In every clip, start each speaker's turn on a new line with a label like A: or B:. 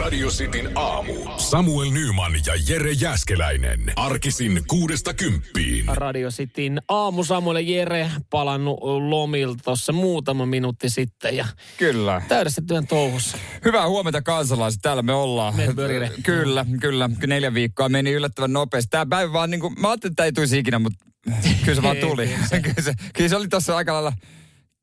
A: Radio Cityn aamu. Samuel Nyman ja Jere Jäskeläinen. Arkisin kuudesta kymppiin.
B: Radio Cityn aamu Samuel ja Jere palannut lomilta tuossa muutama minuutti sitten ja
C: Kyllä.
B: täydessä työn touhussa.
C: Hyvää huomenta kansalaiset, täällä me ollaan.
B: Me pörille.
C: Kyllä, kyllä. Neljä viikkoa meni yllättävän nopeasti. Tämä päivä vaan niin kuin, mä ajattelin, että tämä ei tulisi ikinä, mutta kyllä se vaan tuli.
B: Ei, kyllä
C: kyllä, se, kyllä se oli tuossa aika lailla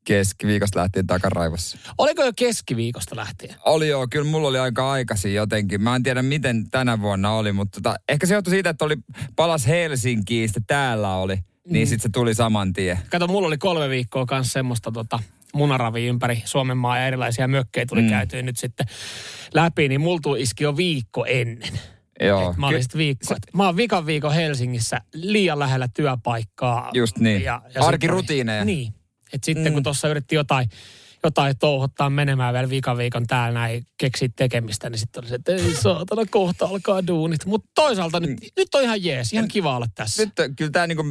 C: keskiviikosta lähtien takaraivossa.
B: Oliko jo keskiviikosta lähtien?
C: Oli joo, kyllä mulla oli aika aikaisin jotenkin. Mä en tiedä miten tänä vuonna oli, mutta tota, ehkä se johtui siitä, että oli palas Helsinkiin, sitten täällä oli.
B: Mhm.
C: Niin sitten se tuli saman tien.
B: Kato, mulla oli kolme viikkoa kanssa semmoista tota, munaravia ympäri Suomen maa ja erilaisia mökkejä tuli mm. käytyä nyt sitten läpi, niin mulla tuli iski jo viikko ennen.
C: Joo.
B: Mä olin sitten viikko. et Mä oon vikan viikon Helsingissä liian lähellä työpaikkaa.
C: Just niin. Arkirutiineja.
B: Niin. Et sitten mm. kun tuossa yritti jotain, jotain touhottaa menemään vielä vikan viikon täällä näin keksiä tekemistä, niin sitten oli se, että ei saatana, kohta alkaa duunit. Mutta toisaalta nyt, nyt on ihan jees, ihan kiva olla tässä.
C: Mm. nyt ö, kyllä tämä niinku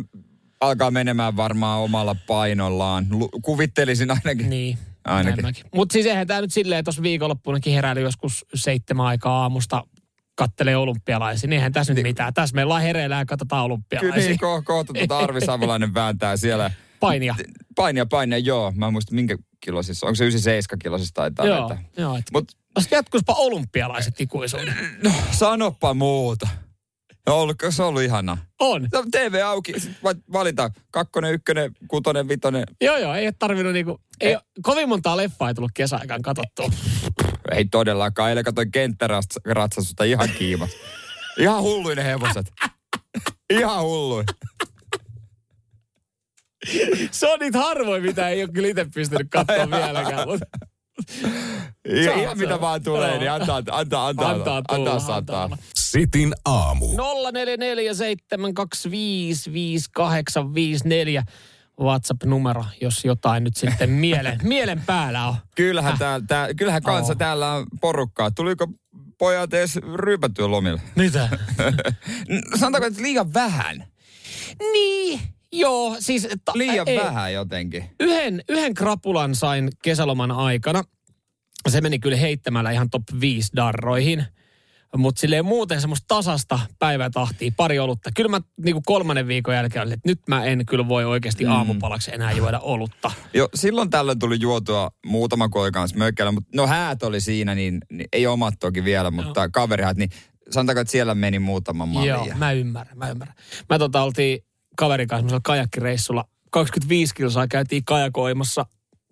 C: alkaa menemään varmaan omalla painollaan. Lu- kuvittelisin ainakin.
B: Niin.
C: Ainakin.
B: Mutta siis eihän tämä nyt silleen, että tuossa viikonloppuunakin heräili joskus seitsemän aikaa aamusta kattelee olympialaisia, niin eihän tässä nyt mitään. Tässä meillä ollaan hereillä ja katsotaan
C: Kyllä
B: olympialaisia.
C: niin, ko- kohta tuota Arvi Savolainen vääntää siellä.
B: Painia.
C: Painia, painia, joo. Mä en muista minkä kilosissa. Onko se 97 kilosissa taitaa
B: Joo,
C: vetää?
B: joo. Et
C: Mut
B: Jos jatkuispa olympialaiset ikuisuuden.
C: no, sanoppa muuta. No, ollut, se on ollut ihanaa.
B: On.
C: No, TV auki, sit va- valita kakkonen, ykkönen, kutonen, vitonen.
B: Joo, joo, ei ole tarvinnut niinku, ei, ei. kovin montaa leffaa ei tullut kesäaikaan katsottua.
C: Ei todellakaan, eilen katsoin kenttäratsastusta ihan kiimas. Ihan hulluin hevoset. Ihan hulluin.
B: Se on niitä harvoin, mitä ei ole kyllä itse pystynyt katsomaan vieläkään, mutta
C: Ihan,
B: Saa,
C: ihan mitä
B: saa.
C: vaan tulee,
B: Joo.
C: niin antaa, antaa, antaa,
B: antaa tulla.
C: antaa sataa.
B: tulla.
A: Sitin aamu.
B: 0447255854 WhatsApp-numero, jos jotain nyt sitten mielen, mielen päällä on.
C: Kyllähän, tää, tää, kyllähän kansa
B: Oo.
C: täällä on porukkaa. Tuliko pojat edes ryypätyä lomille?
B: Mitä?
C: N- Sanotaanko, että liian vähän?
B: niin, joo, siis... Ta-
C: Liian
B: ei.
C: vähän jotenkin.
B: Yhden, yhden krapulan sain kesäloman aikana. Se meni kyllä heittämällä ihan top 5 darroihin. Mutta silleen muuten semmoista tasasta päivätahtia, pari olutta. Kyllä mä niinku kolmannen viikon jälkeen olin, että nyt mä en kyllä voi oikeasti aamupalaksi enää juoda olutta.
C: Jo, silloin tällöin tuli juotua muutama koikan kanssa mökkäillä, mutta no häät oli siinä, niin, niin ei omat toki vielä, mutta no. kaverihäät, niin sanotaanko, että siellä meni muutama malli.
B: Joo, mä ymmärrän, mä ymmärrän. Mä tota oltiin kaverin kanssa semmoisella kajakkireissulla. 25 kilsaa käytiin kajakoimassa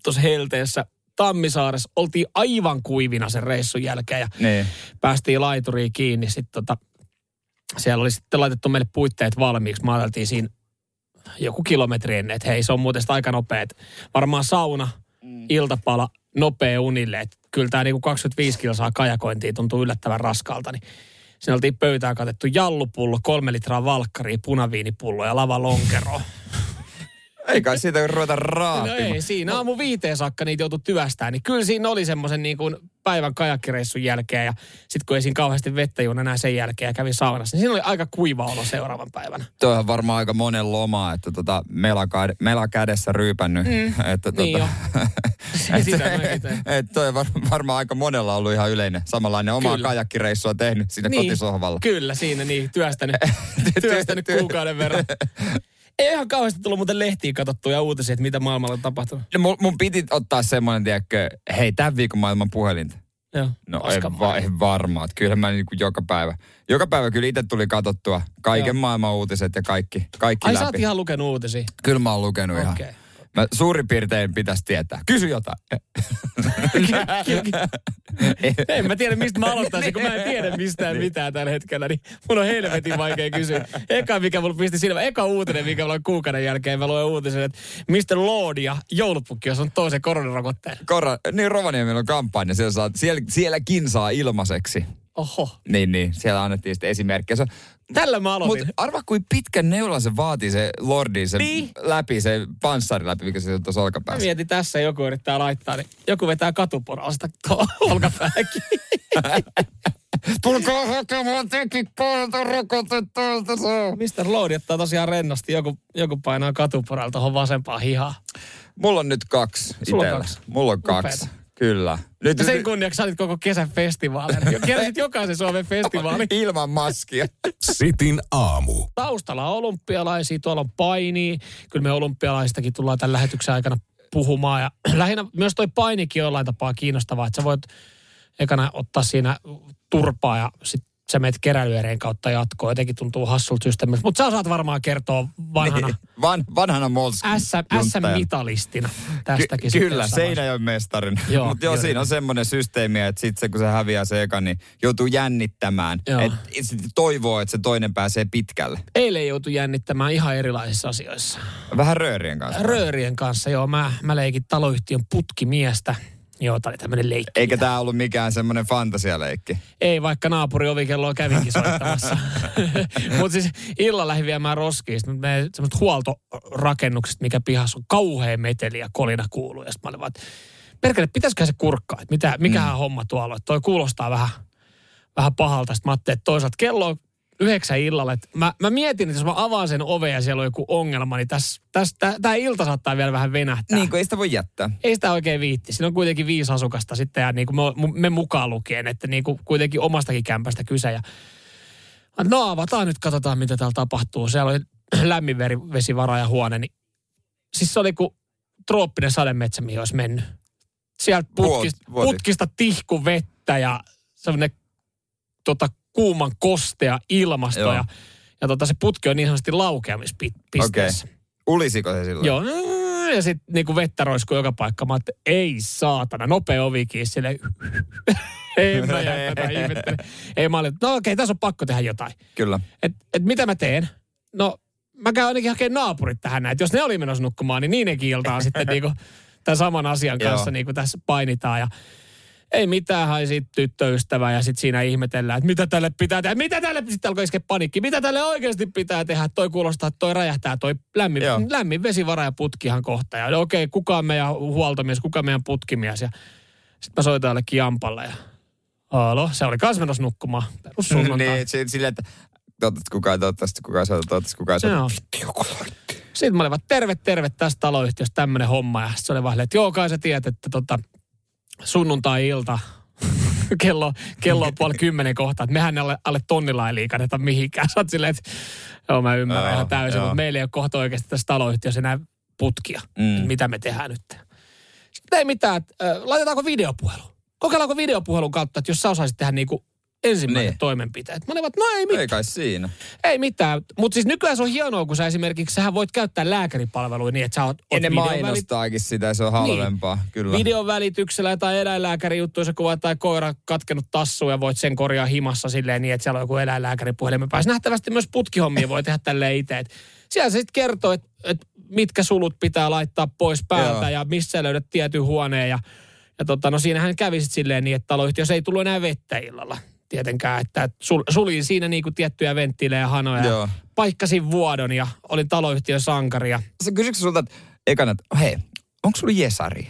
B: tuossa helteessä Tammisaaressa. Oltiin aivan kuivina sen reissun jälkeen ja
C: Niin.
B: päästiin laituriin kiinni. Sitten tota, siellä oli sitten laitettu meille puitteet valmiiksi. Mä ajateltiin siinä joku kilometri ennen, että hei se on muuten sitä aika nopeet. Varmaan sauna, iltapala, nopea unille. Et kyllä tämä niinku 25 kilsaa kajakointia tuntuu yllättävän raskalta. Niin siinä oltiin pöytään katettu jallupullo, kolme litraa valkkaria, punaviinipullo ja lava lonkero.
C: Ei kai siitä ruveta
B: No
C: raapimaan.
B: ei, siinä aamu viiteen saakka niitä joutui työstään. Niin kyllä siinä oli semmoisen niin kuin päivän kajakkireissun jälkeen. Ja sitten kun ei siinä kauheasti vettä juon enää sen jälkeen ja kävi saunassa, niin siinä oli aika kuiva olo seuraavan päivänä.
C: Toi on varmaan aika monen loma, että tota, mela, ka- mela kädessä ryypännyt. Mm. Että tota,
B: Niin
C: et-
B: Sitä mäkin tein.
C: et toi on var, varmaan aika monella ollut ihan yleinen. Samanlainen omaa
B: Kyllä.
C: kajakkireissua tehnyt siinä
B: Niin,
C: kotisohvalla.
B: Kyllä, siinä niin, työstänyt, työstänyt
C: työ-
B: kuukauden verran. Ei ihan kauheasti tullut muuten lehtiin katsottuja uutisia, että mitä maailmalla on tapahtunut.
C: No, mun, mun piti ottaa semmoinen, tiedätkö, hei, tämän viikon maailman puhelinta.
B: Joo,
C: No
B: paskan
C: en, va- en varmaan. Kyllä mä niin joka päivä. Joka päivä kyllä itse tuli katsottua kaiken
B: Joo.
C: Joo. maailman uutiset ja kaikki, kaikki
B: Ai sä oot
C: läpi.
B: ihan lukenut uutisia.
C: Kyllä mä oon lukenut okay.
B: Okei.
C: ihan. Mä suurin piirtein pitäisi tietää. Kysy jotain.
B: En mä tiedä, mistä mä aloittaisin, kun mä en tiedä mistään mitään tällä hetkellä, niin mun on helvetin vaikea kysyä. Eka, mikä mulla pisti silmä, eka uutinen, mikä mulla on kuukauden jälkeen, mä luen uutisen, että Mr. Lord ja joulupukki on saanut toisen koronarokotteen.
C: Kora, niin Rovaniemellä on kampanja, siellä saa, siellä, sielläkin saa ilmaiseksi.
B: Oho,
C: Niin, niin, siellä annettiin sitten esimerkkejä. Se,
B: tällä mä
C: mutta
B: aloitin.
C: arva kuin pitkän neulan se vaatii se lordi, se
B: Niin.
C: läpi, se panssari läpi, mikä se on tuossa
B: Mä
C: olkapäässä.
B: mietin tässä, joku yrittää laittaa, niin joku vetää katuporausta tuohon olkapääkin. Niin.
C: Tulkaa hakemaan tekin puolta rokotettuilta se on.
B: Mr. Lord ottaa tosiaan rennosti, joku, joku painaa katuporalta tuohon vasempaan hihaan.
C: Mulla on nyt kaksi
B: Sulla on
C: itellä.
B: kaksi.
C: Mulla on kaksi.
B: Upeeta.
D: Kyllä. Nyt
B: Ja sen kunniaksi sä olit koko kesän festivaalin. Kiersit jokaisen Suomen festivaalin.
C: Ilman maskia.
A: Sitin aamu.
B: Taustalla on olympialaisia, tuolla on painia. Kyllä me olympialaisistakin tullaan tämän lähetyksen aikana puhumaan. Ja lähinnä myös toi painikin on jollain tapaa kiinnostavaa, että sä voit ekana ottaa siinä turpaa ja sitten sä menet keräilyereen kautta jatkoon. Jotenkin tuntuu hassulta systeemiltä. Mutta sä osaat varmaan kertoa vanhana
C: Niin. Van, vanhana molski.
B: SM, SM-mitalistina tästäkin.
C: Ky-
B: sitten
C: kyllä,
B: jossain vaiheessa.
C: Seinäjoen mestarin.
B: Joo,
C: Mutta joo,
B: joo,
C: siinä
B: joo.
C: on semmoinen systeemi, että sitten se, kun se häviää se eka, niin joutuu jännittämään.
B: Joo.
C: Et, sit toivoo, että se toinen pääsee pitkälle.
B: Eilen joutui jännittämään ihan erilaisissa asioissa.
C: Vähän röörien kanssa.
B: Röörien kanssa, joo. Mä, mä leikin taloyhtiön putkimiestä. Joo, tää oli tämmönen leikki.
C: Eikä tämä ollut mikään semmoinen fantasialeikki.
B: Ei, vaikka naapuri ovikelloa kävinkin soittamassa. Mutta siis illalla lähdin viemään roskiin. Sitten menee semmoiset huoltorakennukset, mikä pihassa on kauhea meteli ja kolina kuuluu. Ja sitten mä olin vaan, että perkele, pitäisikö se kurkkaa? Että mitä, mikähän homma tuolla on? Että toi kuulostaa vähän, vähän pahalta. Sitten mä ajattelin, että toisaalta kello on yhdeksän illalla. Että mä, mä mietin, että jos mä avaan sen oven ja siellä on joku ongelma, niin tässä, tässä, tää, tää ilta saattaa vielä vähän venähtää
C: Niin kuin ei sitä voi jättää.
B: ei sitä oikein viitti. Siinä on kuitenkin viisi asukasta sitten ja niin kuin me, me mukaan lukien, että niin kuin kuitenkin omastakin kämpästä kyse. Ja, no avataan nyt, katsotaan mitä täällä tapahtuu. Siellä oli lämmin veri- vesivarajahuone, niin siis se oli kuin trooppinen sademetsä, mihin olisi mennyt. Sieltä putkista,
C: vuoti.
B: putkista tihku vettä ja semmoinen tota, kuuman kostea ilmasto
C: Joo.
B: ja, ja tota, se putki on niin sanotusti laukeamispisteessä.
C: Ulisiko se silloin?
B: Joo, ja sitten niinku vettä roiskuu joka paikka. Mä ajattelin, ei saatana, nopea ovikin sille. ei mä jäi tätä ihmettele. Ei mä olin, no okei, tässä on pakko tehdä jotain.
C: Kyllä.
B: Et, et mitä mä teen? No, mä käyn ainakin hakemaan naapurit tähän näin. Et jos ne oli menossa nukkumaan, niin niiden kiiltaa sitten niinku tämän saman asian kanssa
C: Joo.
B: niinku tässä painitaan. Ja ei mitään, hai sit tyttöystävää ja sitten siinä ihmetellään, että mitä tälle pitää tehdä, mitä tälle, sitten alkoi iskeä paniikki, mitä tälle oikeasti pitää tehdä, toi kuulostaa, että toi räjähtää, toi lämmin,
C: Joo.
B: lämmin vesivara ja putkihan kohta. Ja okei, kuka on meidän huoltomies, kuka on meidän putkimies ja sitten mä soitan jollekin Jampalle ja Alo, se oli kans menossa nukkumaan. Perus sunnuntai.
C: niin, si- silleen, että toivottavasti kukaan, toivottavasti kukaan soita, toivottavasti kukaan soita.
B: Joo. Sitten mä olin vaan, terve, terve, tästä taloyhtiöstä tämmönen homma. Ja sitten se oli vaan, silleen, että joo, kai sä tiedät, että tota, sunnuntai-ilta, kello, kello on puoli kymmenen kohta, että mehän alle, alle tonnilla ei liikanneta mihinkään. Sä oot silleen, että joo, mä ymmärrän
C: Joo,
B: ihan täysin,
C: joo.
B: mutta meillä ei ole kohta oikeasti tässä taloyhtiössä enää putkia,
C: Mm.
B: mm. mitä me tehdään nyt. Sitten ei mitään, että, äh, laitetaanko videopuhelu? Kokeillaanko videopuhelun kautta, että jos sä osaisit tehdä niinku ensimmäinen
C: Niin.
B: niin. toimenpite. Mä olin vaan, että no ei mitään.
C: Ei kai siinä.
B: Ei mitään, mutta siis nykyään se on hienoa, kun sä esimerkiksi, sähän voit käyttää lääkäripalveluja niin, että sä oot, oot
C: Ja ne
B: videon
C: mainostaakin sitä, se on
B: Niin.
C: halvempaa. Kyllä.
B: videon välityksellä tai eläinlääkärijuttuja, sä kuvaat tai koira katkenut tassuun ja voit sen korjaa himassa silleen niin, että siellä on joku eläinlääkäripuhelimen päässä. Nähtävästi myös putkihommia voi tehdä tälleen itse. Et siellä se sitten kertoo, että et mitkä sulut pitää laittaa pois päältä
C: Joo.
B: ja missä löydät tietyn huoneen. Ja, ja tota, no siinähän kävi sit silleen niin, että taloyhtiössä ei tullut enää vettä illalla tietenkään. Että et sul, suljin siinä niinku tiettyjä venttiilejä ja hanoja.
C: Joo.
B: Joo. Paikkasin vuodon ja olin taloyhtiön sankari ja
C: Sä kysytkö sulta, että ekana, että hei, onko sulla jesari?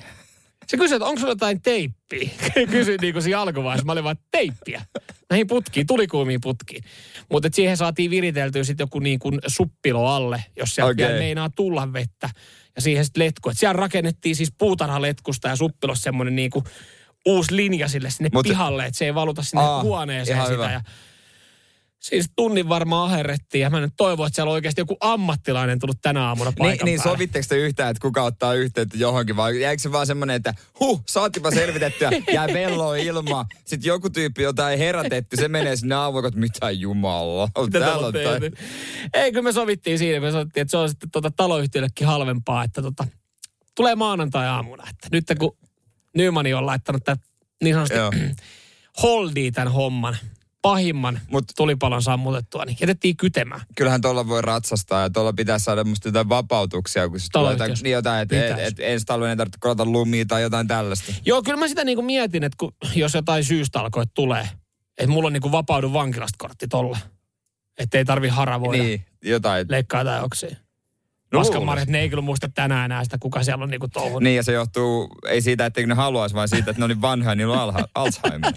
B: Se kysyi, että onko sulla jotain teippiä? Kysyin niin kuin siinä alkuvaiheessa. Mä olin vaan, teippiä. Näihin putkiin, tulikuumiin putkiin. Mutta siihen saatiin viriteltyä sitten joku niin kuin suppilo alle, jos sieltä
C: Okei.
B: okay. meinaa tulla vettä. Ja siihen sitten letku. Et siellä rakennettiin siis puutarhaletkusta ja suppilossa semmoinen niin kuin uusi linja sille sinne
C: Mut-
B: Mut, pihalle, että se ei valuta sinne
C: Aa,
B: Aa, huoneeseen
C: ihan
B: sitä.
C: hyvä.
B: Ja siis tunnin varmaan aherrettiin ja mä nyt toivon, että siellä on oikeasti joku ammattilainen tullut tänä aamuna paikan
C: Niin, niin
B: päälle.
C: sovitteko te yhtään, että kuka ottaa yhteyttä johonkin vai jäikö se vaan semmoinen, että huh, saatipa selvitettyä, jää velloa ilma. Sitten joku tyyppi jotain herätetty, se menee sinne aamuun, että mitä jumala. Täällä on
B: Mitä
C: tai...
B: täällä Ei, kun me sovittiin siinä, me sovittiin, että se on sitten tuota taloyhtiöllekin halvempaa, että tota, tulee maanantai-aamuna. Että nyt kun Nymani on laittanut tämän niin sanotusti
C: Joo.
B: holdii tämän homman, pahimman
C: Mut-
B: Mut, tulipalon sammutettua, niin jätettiin kytemään.
C: Kyllähän tuolla voi ratsastaa ja tuolla pitää saada musta jotain vapautuksia, kun sit tulee jotain,
B: Taloyhtiössä.
C: niin jotain, että et,
B: Pitäis.
C: et, ensi talven ei tarvitse kolata lumia tai jotain tällaista.
B: Joo, kyllä mä sitä niin kuin mietin, että kun, jos jotain syystä alkoi tulee, että mulla on niin kuin vapaudu vankilasta kortti tolle. Että ei tarvi haravoida.
C: Niin, jotain.
B: Leikkaa jotain oksia.
C: No
B: No,
C: luulen.
B: Paskamarjat, ne ei kyllä muista tänään enää sitä, kuka siellä on niinku touhunut.
C: Niin, ja se johtuu ei siitä, etteikö ne haluaisi, vaan siitä, että ne oli vanhoja, niillä on alha, Alzheimer.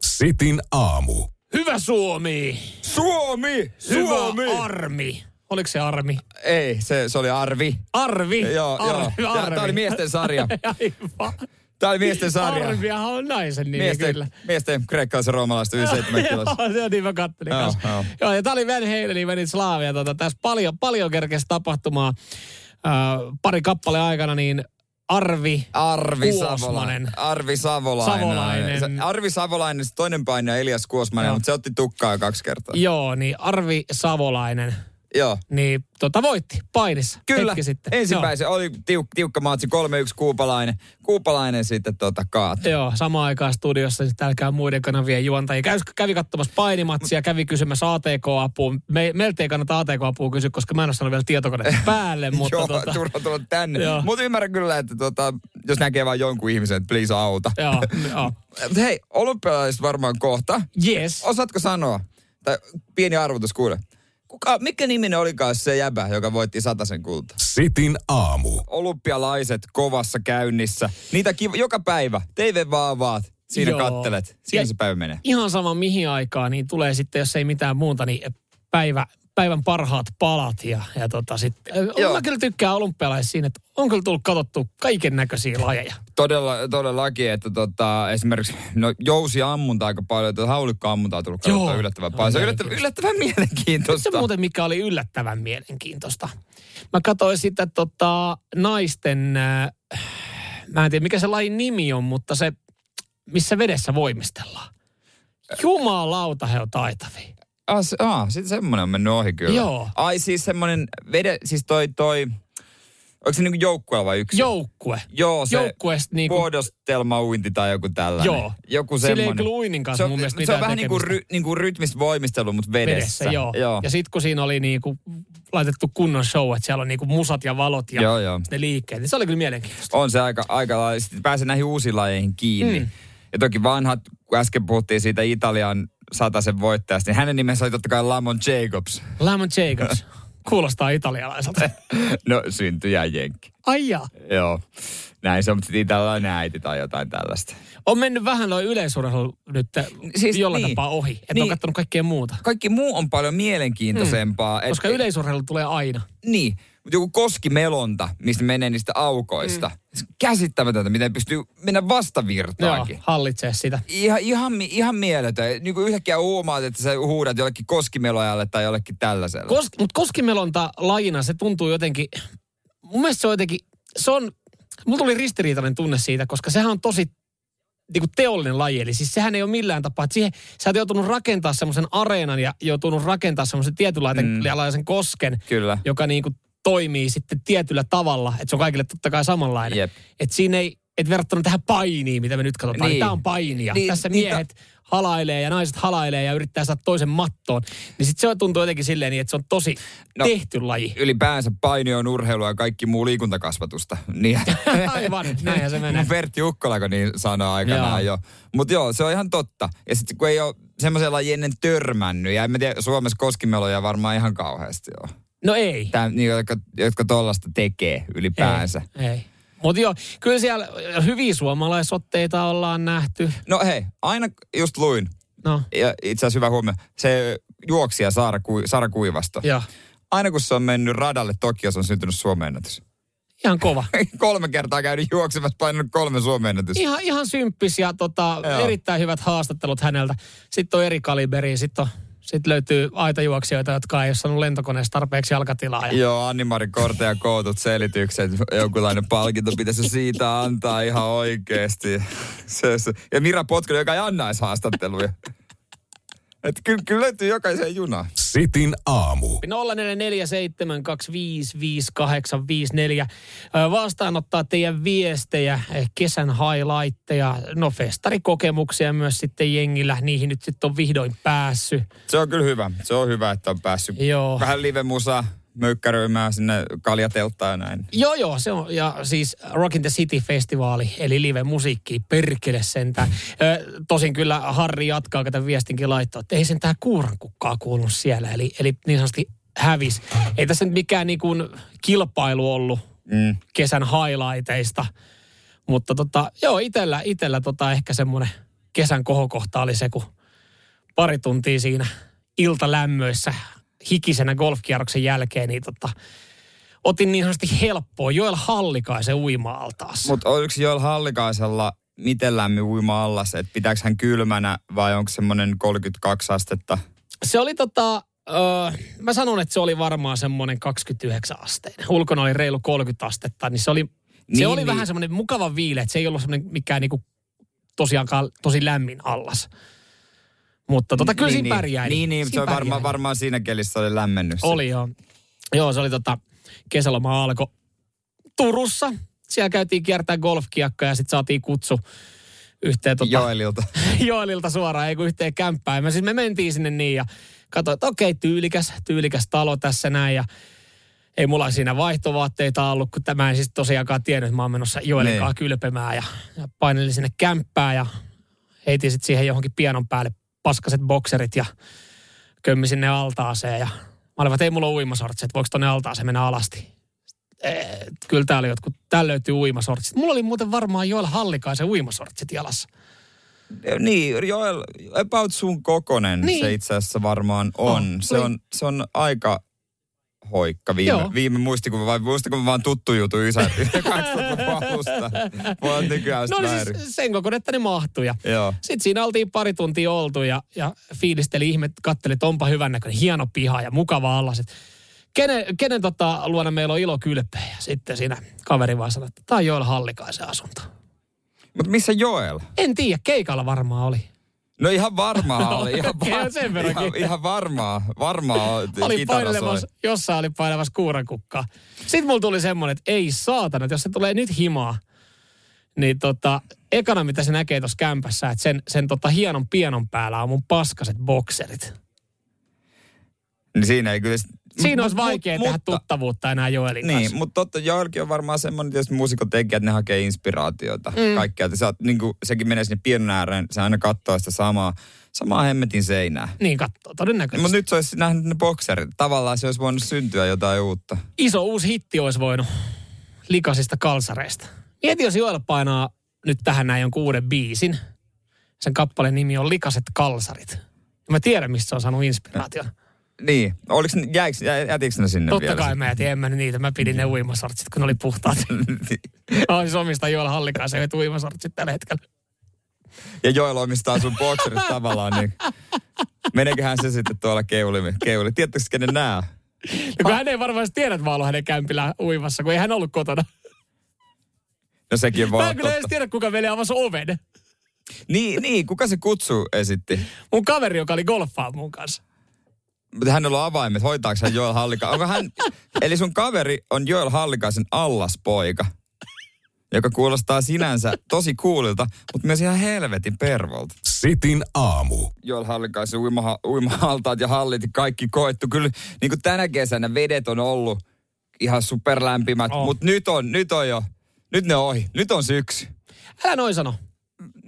A: Sitin aamu.
C: Niin.
B: Hyvä Suomi!
C: Suomi! Suomi!
B: Hyvä armi! Oliko se armi?
C: ei, se, se oli Arvi.
B: Arvi!
C: Joo,
B: arvi,
C: joo. Tää-
B: Arvi.
C: Tää oli miesten sarja.
B: Aivan.
C: Tää oli miesten sarja.
B: Arviahan on naisen nimi kyllä.
C: Miesten, miesten kreikkalaisen roomalaista yli 7 kilossa.
B: Joo, se on niin mä kattelin
C: Joo,
B: kanssa.
C: joo.
B: Joo, ja tää oli Van Halenin menit Slaavia. Tota, tässä paljon, paljon kerkesi tapahtumaa. Äh, pari kappale aikana, niin Arvi,
C: Arvi
B: Kuosmanen.
C: Savolainen. Arvi Savolainen.
B: Savolainen.
C: Se- Arvi Savolainen, se toinen painaja Elias Kuosmanen,
B: Joo.
C: mutta se otti tukkaa jo kaksi kertaa.
B: joo, niin Arvi Savolainen,
C: Joo.
B: niin tota voitti painissa
C: Kyllä,
B: hetki sitten.
C: ensimmäisen oli tiuk, tiukka maatsi, 3-1 kuupalainen. Kuupalainen sitten tota kaatui.
B: Joo, joo samaan aikaan studiossa sitten älkää muiden kanavien juontajia. Käy, kävi katsomassa painimatsia, kävi kysymässä ATK-apua. Me, meiltä ei kannata ATK-apua kysyä, koska mä en ole saanut vielä tietokoneen päälle, mutta
C: Joo,
B: tota,
C: turha tulla tänne.
B: Joo.
C: Mutta ymmärrän kyllä, että tota, jos näkee vain jonkun ihmisen, että please auta.
B: joo, joo.
C: Mut Hei, olympialaiset varmaan kohta.
B: Yes.
C: Osaatko sanoa, tai pieni arvotus kuule, Kuka, mikä niminen olikaan se jäbä, joka voitti sen kulta?
A: Sitin aamu.
C: Olympialaiset kovassa käynnissä. Niitä kiva, joka päivä. TV vaavaat. Siinä
B: Joo.
C: Joo. kattelet. Siinä
B: Ja-
C: ja... se päivä menee.
B: ihan sama mihin aikaan, niin tulee sitten, jos ei mitään muuta, niin päivä, päivän parhaat palat. Ja, ja tota sitten, Joo.
C: Joo.
B: mä kyllä tykkään olympialaisista siinä, että on kyllä tullut katsottua kaiken näköisiä lajeja.
C: Todella, todellakin, että tota, esimerkiksi no, jousi ammunta aika paljon, tuota haulikkoammuntaa on tullut
B: Joo.
C: katsottua yllättävän
B: Joo,
C: paljon. Se on yllättävän,
B: mielenkiintoista. Se
C: yllättävän mielenkiintoista.
B: muuten, mikä oli yllättävän mielenkiintoista. Mä katsoin sitä tota, naisten, äh, mä en tiedä mikä se lajin nimi on, mutta se, missä vedessä voimistellaan. Jumalauta, he on taitavia.
C: Ah, Äh. se, ah, sit semmonen on mennyt ohi kyllä.
B: Joo.
C: Ai siis semmonen vede, siis toi toi, onko se niinku joukkue vai yksi?
B: Joukkue.
C: Joo, se
B: Joukkueesta niinku-
C: muodostelma uinti tai joku tällainen.
B: Joo.
C: Joku
B: Sillä ei
C: semmonen.
B: kyllä uinnin kanssa
C: se on,
B: mun mielestä
C: Se on
B: mitään
C: vähän niinku,
B: tekemistä.
C: ry, niinku rytmistä voimistelua, mutta vedessä.
B: vedessä. joo. joo.
C: joo.
B: Ja sitten kun siinä oli niinku laitettu kunnon show, että siellä on niinku musat ja valot ja
C: Joo, joo.
B: sit ne liikkeet, niin se oli kyllä mielenkiintoista.
C: On se aika, aika lailla. Sitten pääsee näihin uusiin lajeihin kiinni. Mm. Ja toki vanhat, kun äsken puhuttiin siitä Italian sataisen voittajasta, niin hänen nimensä oli totta kai Lamon Jacobs.
B: Lamon Jacobs. Kuulostaa italialaiselta.
C: No, syntyjä jenkki.
B: Ai jaa.
C: Joo. Näin se on, mutta sitten italialainen äiti tai jotain tällaista.
B: On mennyt vähän noin yleisurheilu nyt siis,
C: Siis
B: jollain
C: niin.
B: tapaa ohi. Että niin. on
C: Niin.
B: katsonut kaikkea muuta.
C: Kaikki muu on paljon mielenkiintoisempaa. Mm.
B: Koska yleisurheilu tulee aina.
C: Niin, mutta joku koskimelonta, mistä menee niistä aukoista. Mm. Käsittämätöntä, miten pystyy mennä
B: Joo,
C: vastavirtaakin.
B: hallitsee sitä.
C: Ihan, ihan, mi- ihan mieletön. Niin kuin yhtäkkiä huomaat, että sä huudat jollekin koskimelojalle tai jollekin tällaiselle.
B: Kos, mutta koskimelonta lajina se tuntuu jotenkin, mun mielestä se on jotenkin, se on, mulla tuli ristiriitainen tunne siitä, koska sehän on tosi niinku teollinen laji, eli siis sehän ei ole millään tapaa, että siihen, sä oot joutunut rakentaa semmoisen areenan ja joutunut rakentaa semmoisen tietynlaisen mm. kosken,
C: Kyllä.
B: joka niinku toimii sitten tietyllä tavalla, että se on kaikille totta kai samanlainen.
C: Jep.
B: Että siinä ei, et verrattuna tähän painiin, mitä me nyt katsotaan, niin,
C: Niin.
B: niin tämä on painia. Niin,
C: Niin,
B: Tässä
C: niin
B: miehet niin, halailee ja naiset halailee ja yrittää saada toisen mattoon. Niin sitten se tuntuu jotenkin silleen, niin, että se on tosi no.
C: No.
B: tehty laji.
C: Ylipäänsä paini on urheilua ja kaikki muu liikuntakasvatusta. Niin.
B: Aivan, näinhän se menee.
C: Mun Pertti Ukkola, kun niin sanoi aikanaan
B: Niin. Joo.
C: joo. jo. Mutta joo, se on ihan totta. Ja sitten kun ei ole semmoisen lajin ennen törmännyt, ja en mä tiedä, Suomessa koskimeloja varmaan ihan kauheasti joo.
B: No ei.
C: Tää, niin, jotka, jotka tollasta tekee ylipäänsä. Ei.
B: Ei. ei. Mutta joo, kyllä siellä hyviä suomalaisotteita ollaan nähty.
C: No hei, aina just luin,
B: No,
C: ja itse asiassa hyvä huomio, se juoksija Saara, Kui, Saara Kuivasto. Ja.
B: joo.
C: Aina kun se on mennyt radalle Tokiossa on syntynyt Suomen ennätys.
B: Ihan kova.
C: kolme kertaa käynyt juoksemassa, painanut kolme Suomen ennätys.
B: Ihan, ihan symppis ja tota,
C: Joo.
B: erittäin hyvät haastattelut häneltä. Sitten on eri kaliberi, sitten on sitten löytyy aitajuoksijoita, jotka ei ole saanut lentokoneesta tarpeeksi jalkatilaa. Ja
C: Joo, Annimari Kortea kootut selitykset, jonkunlainen palkinto pitäisi siitä antaa ihan oikeesti. Se, se. Ja Mira Potkonen, joka ei anna edes haastatteluja. Et kyllä, kyllä löytyy jokaiseen junaan.
A: Sitin aamu.
B: 0447255854. Ö, Vastaanottaa teidän viestejä, eh, kesän highlightteja, no festarikokemuksia myös sitten jengillä. Niihin nyt sitten on vihdoin päässyt.
C: Se on kyllä hyvä. Se on hyvä, että on päässyt
B: Joo.
C: vähän live-musa möykkäröimään sinne kaljatelttaan ja näin.
B: Joo, joo, se on, ja siis Rock in the City-festivaali, eli live-musiikki, perkele sentään. Ö, Tosin kyllä Harri jatkaa, joka tämän viestinkin laittaa, että ei sentään kuuran kukkaa kuulunut siellä, eli, eli niin sanotusti hävis. Ei tässä nyt mikään niin kuin kilpailu ollut mm. kesän highlighteista, mutta tota, joo, itellä, itellä tota ehkä semmoinen kesän kohokohta oli se, kun pari tuntia siinä iltalämmöissä hikisenä golfkierroksen jälkeen, niin tota, otin niin sanotusti helppoa Joel Hallikaisen uima-altaassa.
C: Mutta oliko Joel Hallikaisella miten lämmin uima allas? Että pitääkö hän kylmänä vai onko semmoinen 32 astetta?
B: Se oli tota, öö, mä sanon, että se oli varmaan semmoinen 29 asteinen. Ulkona oli reilu 30 astetta, niin se oli, se
C: Niin,
B: niin, oli niin.
C: niin.
B: vähän semmoinen mukava viile, että se ei ollut semmoinen mikään niinku tosiaankaan tosi lämmin allas. Mutta tota, kyllä
C: niin,
B: siinä pärjäili.
C: Niin, niin,
B: Siinä
C: se on varmaan,
B: pärjäili.
C: varmaan siinä kelissä oli lämmennyt. se.
B: Oli joo. Joo, se oli tota, kesäloma alkoi Turussa. Siellä käytiin kiertää golfkiekkoja ja sitten saatiin kutsu yhteen tota,
C: Joelilta.
B: Joelilta suoraan, ei kun yhteen kämppään. Mä siis me mentiin sinne niin ja katsoin, että okei, tyylikäs, tyylikäs talo tässä näin ja ei mulla siinä vaihtovaatteita ollut, kun tämä en siis tosiaankaan tiennyt, että mä oon menossa Joelin
C: Niin.
B: kanssa kylpemään ja, ja painelin sinne kämppään ja heitin sitten siihen johonkin pianon päälle paskaset bokserit ja kömmi sinne altaaseen ja mä olin, vaan, että ei mulla ole uimasortsit, että voiko tonne altaaseen mennä alasti. Eh, kyllä täällä jotkut, täällä löytyy uimasortsit. Mulla oli muuten varmaan Joel Hallikaisen uimasortsit jalassa.
C: niin, Joel, about sun kokonen niin.
B: Niin. Oh,
C: se itse asiassa varmaan on.
B: On,
C: se, on se on aika hoikka viime,
B: Joo.
C: viime muistikuva, vai muistikuva vaan tuttu jutu isä 2000-luvun alusta. Voi olla nykyään
B: No
C: no,
B: niin siis sen kokoinen, että ne mahtui. Ja
C: Joo.
B: sitten siinä oltiin pari tuntia oltu ja, ja fiilisteli ihme, katteli, että onpa hyvännäköinen, hieno piha ja mukava allas. Et Kenen, kenen tota, luona meillä on ilo kylpeä? Ja sitten siinä kaveri vaan sanoi, että tämä on Joel Hallikaisen asunto.
C: Mutta missä Joel?
B: En tiedä, keikalla varmaan oli.
C: No ihan varmaa oli. No Ihan,
B: Okei, sen verran
C: ihan,
B: kiitos.
C: ihan varmaa. Varmaa
B: Oli
C: kitara soi.
B: painelemassa, jossain oli painelemassa kuurankukkaa. Sitten mulla tuli semmoinen, että ei saatana, että jos se tulee nyt himaa, niin tota, ekana mitä se näkee tuossa kämpässä, että sen, sen tota hienon pienon päällä on mun paskaset bokserit.
C: Niin siinä ei kyllä... sit-
B: Siinä
C: Mut-
B: olisi
C: mut-
B: vaikea tehdä
C: mutta-
B: tuttavuutta enää Joelin
C: Niin,
B: kanssa.
C: mutta totta, Joelkin on varmaan semmoinen tietysti muusikon tekijä, että ne hakee inspiraatiota mm. kaikkea. Sä, oot niinku, sekin menee sinne pienon ääreen, se aina katsoo sitä samaa, samaa hemmetin seinää.
B: Niin katsoo, todennäköisesti.
C: Mutta nyt se olisi nähnyt ne bokserit. Tavallaan se olisi voinut syntyä jotain uutta.
B: Iso uusi hitti olisi voinut likasista kalsareista. Mieti, jos Joel painaa nyt tähän näin jonkun uuden biisin. Sen kappaleen nimi on Likaset kalsarit. Ja Mä tiedän, mistä se on saanut inspiraation.
C: Niin, Oliks, ne- jäiks, jä, jätiks ne sinne
B: Totta
C: vielä?
B: kai
C: sit?
B: mä jätin, en mä nyt niitä. Mä pidin ne uimasortsit, kun ne oli puhtaat. mä oon siis omista Joel Hallikaisen vetu uimasortsit tällä hetkellä.
C: Ja Joel omistaa sun bokserit tavallaan, niin meneköhän se sitten tuolla keulimi. Keuli. Tiedättekö, kenen nää on?
B: Ja kun hän ei varmaan edes tiedä, että mä oon ollut hänen kämpillä uimassa, kun ei hän ollut kotona.
C: No sekin voi
B: Mä
C: olla
B: en kyllä edes
C: totta.
B: tiedä, kuka meille avasi oven.
C: Niin, niin, kuka se kutsu esitti?
B: Mun kaveri, joka oli golfaa mun kanssa.
C: Mutta hänellä on avaimet, hoitaako hän Joel Hallika? Onko hän, eli sun kaveri on Joel Hallikaisen allaspoika, joka kuulostaa sinänsä tosi kuulilta, mutta myös ihan helvetin pervolta.
A: Sitin aamu.
C: Joel Hallikaisen uimaha, uimahaltaat ja hallit ja kaikki koettu. Kyllä niin kuin tänä kesänä vedet on ollut ihan superlämpimät,
B: On.
C: mutta nyt on, nyt on jo, nyt ne on ohi, nyt on syksy.
B: Älä noin sano.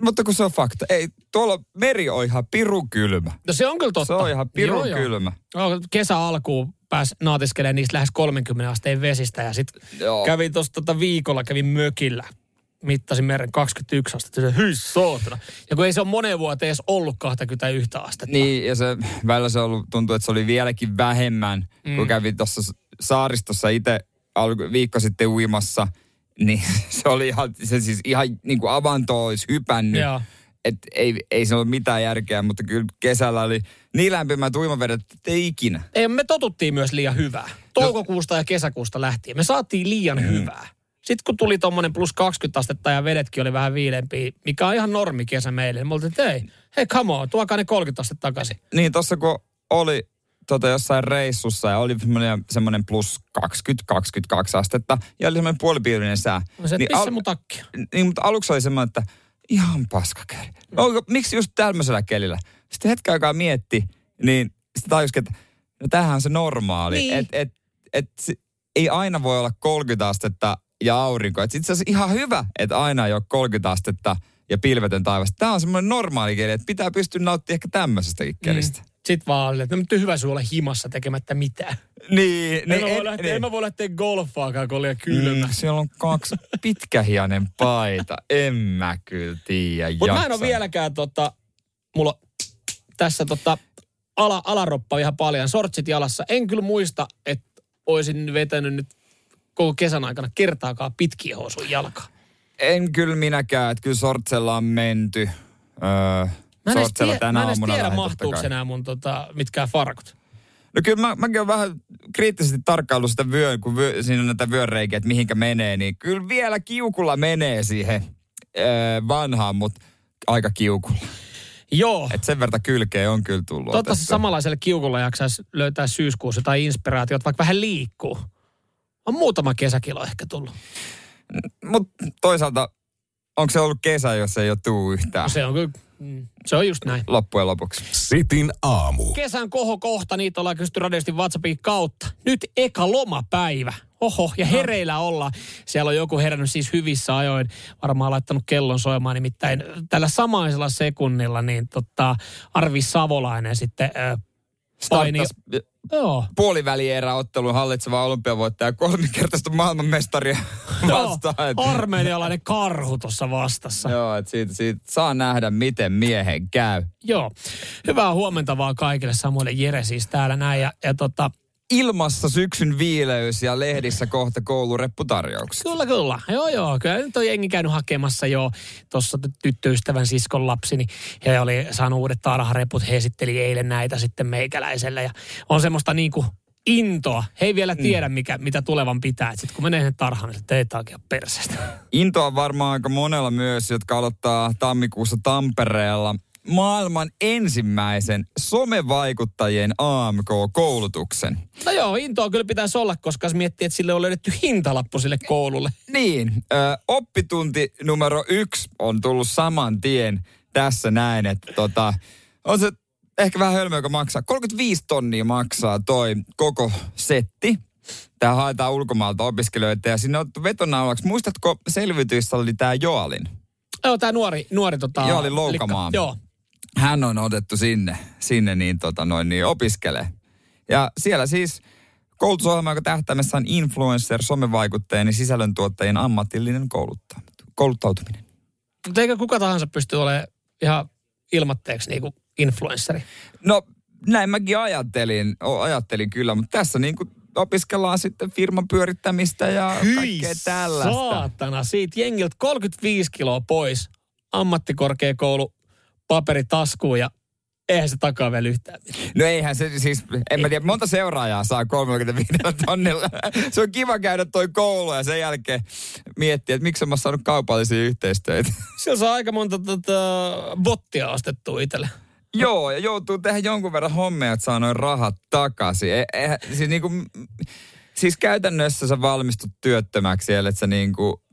C: Mutta kun se on fakta, ei, tuolla meri on ihan pirukylmä.
B: No se on kyllä totta.
C: Se on ihan
B: Joo, joo.
C: pirukylmä.
B: Joo, No, kesä alkuun pääs naatiskelemaan niistä lähes 30 asteen vesistä ja sitten
C: Joo.
B: kävin tuossa tota viikolla, kävin mökillä. Mittasin meren 21 astetta. Se hyi sootana. Ja kun ei se ole moneen vuoteen edes ollut 21 astetta.
C: Niin, ja se välillä se on ollut, tuntuu, että se oli vieläkin vähemmän, mm. kun kävin tuossa saaristossa itse alku, viikko sitten uimassa, niin se oli ihan, se siis ihan niin kuin avanto olisi hypännyt.
B: Joo.
C: Et ei, ei se ollut mitään järkeä, mutta kyllä kesällä oli niin lämpimät uimavedet, että ei ikinä.
B: Ei, me totuttiin myös liian hyvää. Toukokuusta ja kesäkuusta lähtien. Me saatiin liian
C: Mm-hmm.
B: hyvää. Sitten kun tuli tuommoinen plus 20 astetta ja vedetkin oli vähän viilempiä, mikä on ihan normi kesä meille, niin me oltiin, että ei, hei come on, tuokaa ne 30 astetta takaisin.
C: Niin, tuossa kun oli tota, jossain reissussa ja oli semmoinen, semmoinen plus 20-22 astetta ja oli semmoinen puolipiirinen sää.
B: Mä sanoin,
C: niin
B: No että missä mun takki on?
C: niin, mutta aluksi oli semmoinen, että ihan paskakeli. No, miksi just tämmöisellä kelillä? Sitten hetken aikaa mietti, niin sitten tajusikin, että no tämähän on se normaali.
B: Niin.
C: Et, et, et, se- ei aina voi olla 30 astetta ja aurinko. Et itse asiassa ihan hyvä, että aina ei ole 30 astetta ja pilvetön taivas. Tämä on semmoinen normaali keli, että pitää pystyä nauttimaan ehkä tämmöisestä
B: Niin.
C: ikkelistä. Mm.
B: Sitten vaan oli, että no, nyt on hyvä sun olla himassa tekemättä mitään.
C: Niin,
B: En, mä, voi lähteä, en mä voi lähteä golfaakaan, kun oli liian kylmä.
C: Mm, siellä on kaksi pitkähianen paita. En mä kyllä tiedä.
B: Mutta mä en ole
C: jaksa.
B: vieläkään tota, mulla on tässä tota, ala, alaroppa ihan paljon, sortsit jalassa. En kyllä muista, että olisin vetänyt nyt koko kesän aikana kertaakaan pitkiä housuja jalkaa.
C: En kyllä minäkään, että kyllä sortsella on menty. Öö,
B: Mä en edes
C: sortsella
B: tie-
C: tänä
B: mä en edes
C: aamuna
B: tiedä,
C: lähdin totta
B: mahtuuko
C: kai.
B: enää mun tota, mitkään farkut.
C: No kyllä mä, mäkin olen vähän kriittisesti tarkkaillut sitä vyön, kun vyö, siinä on näitä vyönreikiä, että mihinkä menee, niin kyllä vielä kiukulla menee siihen öö, vanhaan, mutta aika kiukulla.
B: Joo.
C: Et sen verta kylkeä on kyllä tullut
B: Toivottavasti
C: otettua.
B: samanlaisella kiukulla jaksaisi löytää syyskuussa jotain inspiraatiota, vaikka vähän liikkuu. On muutama kesäkilo ehkä tullut.
C: Mutta toisaalta, onko se ollut kesä, jos ei ole tuu yhtään
B: No Se on kyllä, mm, se on just näin.
C: loppujen lopuksi?
A: Sitin aamu.
B: Kesän kohokohta, niitä ollaan kysytty radiosti WhatsAppin kautta. Nyt eka lomapäivä. Oho, ja hereillä ollaan. Siellä on joku herännyt siis hyvissä ajoin, varmaan laittanut kellon soimaan. Nimittäin tällä samaisella sekunnilla, niin tota, Arvi Savolainen sitten äh, paini.
C: Starttas
B: Joo.
C: puolivälierä ottelun hallitseva olympiavoittaja kolminkertaista maailmanmestaria vastaan.
B: Joo, armenialainen karhu tuossa vastassa.
C: Joo, että siitä, siitä saa nähdä, miten miehen käy.
B: Joo. Hyvää huomenta vaan kaikille Samuel ja Jere siis täällä näin. Ja, ja tota,
C: Ilmassa syksyn viileys ja lehdissä kohta koulurepputarjoukset.
B: kyllä, kyllä. Joo, joo. Kyllä nyt on jengi käynyt hakemassa jo tuossa ty- tyttöystävän siskon lapsi, niin he oli saanut uudet tarhareput. He esitteli eilen näitä sitten meikäläiselle. Ja on semmoista niin kuin intoa. He ei vielä tiedä, mikä, mitä tulevan pitää. Sitten kun menee sinne tarhaan, niin sitten ei takia persestä.
C: Into on varmaan aika monella myös, jotka aloittaa tammikuussa Tampereella maailman ensimmäisen somevaikuttajien AMK-koulutuksen.
B: No joo, intoa kyllä pitäisi olla, koska jos miettii, että sille on löydetty hintalappu sille koululle.
C: Niin, ö, oppitunti numero yksi on tullut saman tien tässä näin, että tota, on se ehkä vähän hölmö, joka maksaa. 35 tonnia maksaa toi koko setti. Tää haetaan ulkomailta opiskelijoita ja sinne on otettu vetonauhaksi. Muistatko selvityissä oli tää Joalin?
B: Joo, tämä nuori, nuori tota,
C: Joo, oli Loukamaa.
B: likka. Joo,
C: hän on otettu sinne, sinne niin, tota noin, niin opiskelee. Ja siellä siis koulutusohjelma, joka tähtäimessä on influencer, somevaikuttajien ja sisällöntuottajien ammatillinen koulutta- kouluttautuminen.
B: Mutta eikö kuka tahansa pysty olemaan ihan ilmatteeksi niin kuin influenssari?
C: No näin mäkin ajattelin, o, ajattelin kyllä, mutta tässä niin kuin opiskellaan sitten firman pyörittämistä ja kaikkea tällaista.
B: saatana, siitä jengiltä 35 kiloa pois, ammattikorkeakoulu, paperi taskuun ja eihän se takaa vielä yhtään mitään.
C: No eihän se siis, en mä tiedä, monta seuraajaa saa 35 tonnilla. Se on kiva käydä toi koulu ja sen jälkeen miettiä, että miksi mä oon saanut kaupallisia yhteistöitä.
B: Sillä saa aika monta tota, bottia ostettua itselle.
C: Joo, ja joutuu tehdä jonkun verran hommia, että saa noin rahat takaisin. E, eihän- siis, niinku, siis käytännössä sä valmistut työttömäksi, ellei sä niinku,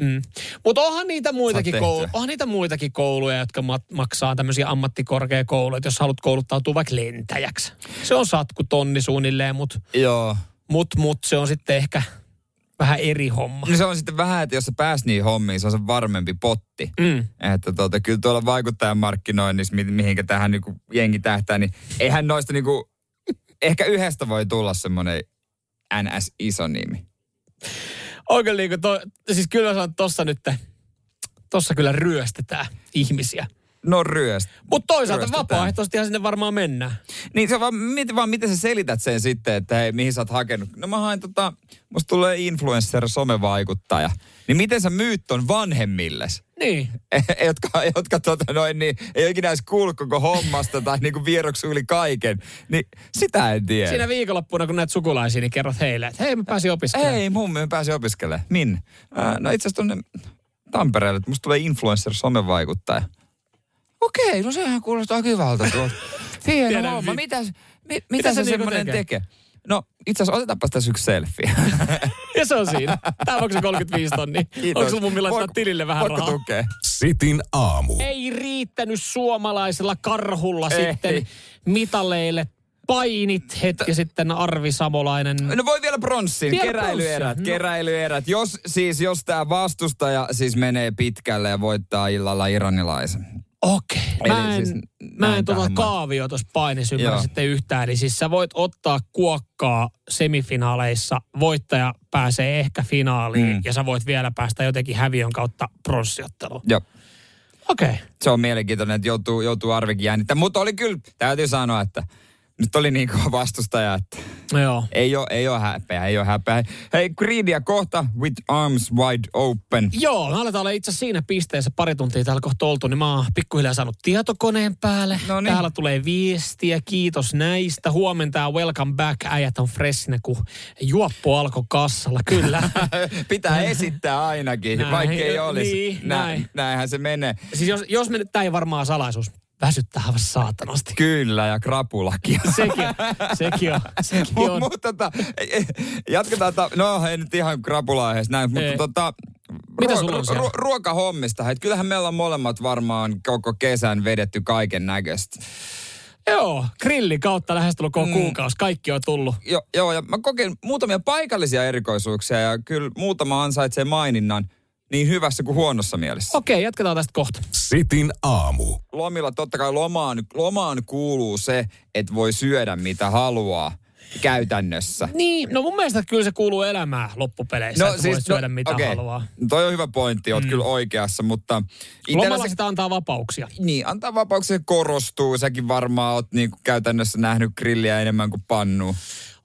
B: Mm. Mutta onhan niitä, muitakin
C: Saat
B: koulu,
C: tehtyä.
B: onhan niitä muitakin kouluja, jotka mat- maksaa tämmöisiä ammattikorkeakouluja, että jos haluat kouluttautua vaikka lentäjäksi. Se on satku tonni suunnilleen, mutta
C: joo.
B: mut, mut, se on sitten ehkä vähän eri homma.
C: No se on sitten vähän, että jos sä pääs niihin hommiin, se on se varmempi potti.
B: Mm.
C: Että tuota, kyllä tuolla vaikuttajamarkkinoinnissa, mi- mihinkä tähän niinku jengi tähtää, niin eihän noista niinku, ehkä yhdestä voi tulla semmoinen NS-iso nimi.
B: On kyllä niin kuin to, siis kyllä mä sanon, tossa nyt, tossa kyllä ryöstetään ihmisiä.
C: No ryöst.
B: Mutta toisaalta
C: Ryöstetään.
B: vapaaehtoisestihan sinne varmaan mennään.
C: Niin se vaan, mieti vaan, miten sä selität sen sitten, että hei, mihin sä oot hakenut. No mä haen tota, musta tulee influencer, somevaikuttaja. Niin miten sä myyt ton vanhemmilles?
B: Niin.
C: jotka, jotka tota noin, niin, ei ole ikinä edes kuullut koko hommasta tai niinku vieroksu yli kaiken. Niin sitä en tiedä.
B: Siinä viikonloppuna, kun näet sukulaisia, niin kerrot heille, että hei mä pääsin opiskelemaan.
C: Ei, mun mielestä pääsi opiskelemaan. Minne? Äh, no itse asiassa tonne Tampereelle, että musta tulee influencer, somevaikuttaja. Okei, no sehän kuulostaa kivalta tuolta.
B: Tiedän
C: Hieno homma,
B: vi-
C: mitä, mi, mitä,
B: Mitä
C: mitä se
B: se niinku
C: semmoinen
B: tekee?
C: tekee? No itse asiassa otetaanpas tässä yksi selfie.
B: Ja se on siinä. Tämä onko se 35 tonnia? Onko sulla mun laittaa
C: Voiko-
B: tilille vähän
C: voiko
B: rahaa?
C: tukea?
A: Sitin aamu.
B: Ei riittänyt suomalaisella karhulla
C: Ei.
B: sitten mitaleille painit hetki sitten Arvi Samolainen.
C: No voi vielä pronssiin,
B: Vielä
C: keräilyerät,
B: pronssiin, no.
C: keräilyerät. Jos siis, jos tämä vastustaja siis menee pitkälle ja voittaa illalla iranilaisen.
B: Okei.
C: Eli
B: Mä en,
C: siis
B: mä en
C: näin
B: tuota
C: tähän maan.
B: kaavio tuossa painissa ymmärrä
C: Joo.
B: sitten yhtään. Eli siis sä voit ottaa kuokkaa semifinaaleissa, voittaja pääsee ehkä finaaliin
C: Mm.
B: ja sä voit vielä päästä jotenkin häviön kautta pronssiotteluun.
C: Joo.
B: Okei.
C: se on mielenkiintoinen, että joutuu, joutuu arvikin jännittämään. Mutta oli kyllä, täytyy sanoa, että nyt oli niin kova vastustaja, että
B: Joo.
C: Ei ole, ei ole häpeä, ei ole häpeä. Hei, Creedia kohta with arms wide open.
B: Joo, me aletaan olla itse asiassa siinä pisteessä pari tuntia täällä kohta oltu, niin mä oon pikkuhiljaa saanut tietokoneen päälle.
C: Noniin.
B: Täällä tulee viestiä, kiitos näistä. Huomenna on welcome back, äijät on freshinä, kun juoppo alkoi kassalla, kyllä.
C: Pitää esittää ainakin,
B: Näin,
C: vaikka ei
B: jo-
C: olisi.
B: niin, näin.
C: Näinhän se menee.
B: siis jos, jos me nyt, tää ei varmaan salaisuus, väsyttää aivan saatanasti.
C: Kyllä, ja krapulakin.
B: Sekin, sekin on, sekin
C: Mut-
B: on.
C: mut tota, jatketaan, ta- no ei nyt ihan krapula-aiheesta näin, mutta
B: Ei.
C: tota,
B: Mitä sulla on siellä?
C: ruo- ruokahommista, et kyllähän meillä on molemmat varmaan koko kesän vedetty kaiken näköistä.
B: Joo, grillin kautta lähestulkoon mm. kuukausi, kaikki on tullut.
C: Jo, joo, ja mä kokein muutamia paikallisia erikoisuuksia ja kyllä muutama ansaitsee maininnan niin hyvässä kuin huonossa mielessä.
B: Okei, jatketaan tästä kohta.
A: Sitin aamu.
C: Lomilla totta kai lomaan, lomaan kuuluu se, että voi syödä mitä haluaa käytännössä.
B: Niin, no mun mielestä kyllä se kuuluu elämään loppupeleissä, no, että siis, voi syödä mitä
C: okei.
B: haluaa.
C: Toi on hyvä pointti, oot mm. kyllä oikeassa, mutta itsellä
B: Lomalla
C: se,
B: sitä antaa vapauksia.
C: niin, antaa vapauksia korostuu. Säkin varmaan oot niin käytännössä nähnyt grilliä enemmän kuin pannu.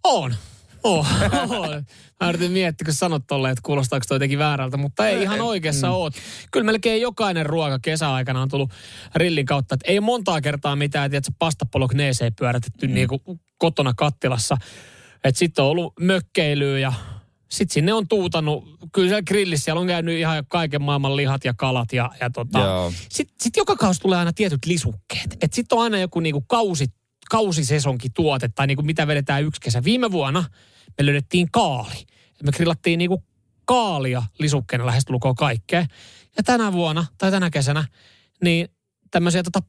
B: On. On. on. Mä yritin miettiä, kun sanot tolleen, että kuulostaako toi jotenkin väärältä, mutta ei ihan oikeassa mm. oot. Kyllä melkein jokainen ruoka kesäaikana on tullut rillin kautta. Et ei montaa kertaa mitään, että pastapolokneeseen pyörätetty mm. niinku kotona kattilassa. Et sitten on ollut mökkeilyä ja sitten sinne on tuutanut. Kyllä siellä grillissä siellä on käynyt ihan kaiken maailman lihat ja kalat ja, ja tota.
C: Joo.
B: Sitten sit joka kausi tulee aina tietyt lisukkeet. Et sitten on aina joku niinku kausi, kausisesonkin tuote tai niinku mitä vedetään yksi kesä. Viime vuonna me löydettiin kaali. Me grillattiin niinku kaalia lisukkeena lähestulkoon kaikkea. Ja tänä vuonna tai tänä kesänä niin tämmöisiä tota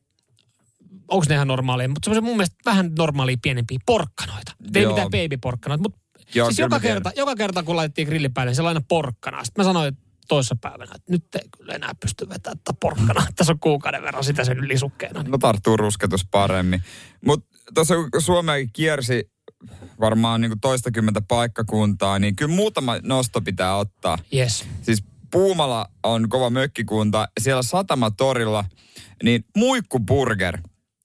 B: onko ne ihan normaaleja, mutta semmoisia mun mielestä vähän normaalia pienempiä porkkanoita. Ei
C: Joo.
B: mitään babyporkkanoita, mutta
C: Joo,
B: siis
C: kyllä
B: joka
C: mä tiedän.
B: kerta, joka kerta, kun laitettiin grillin päälle, niin se oli aina porkkana. Sitten mä sanoin toisessa päivänä, että nyt ei kyllä enää pysty vetämään tätä porkkana. Tässä on kuukauden verran sitä sen lisukkeena.
C: No tarttuu rusketus paremmin. Mutta tuossa kun Suomea kiersi varmaan niin toistakymmentä paikkakuntaa, niin kyllä muutama nosto pitää ottaa.
B: Yes.
C: Siis Puumala on kova mökkikunta. Siellä Satamatorilla, niin muikkuburger,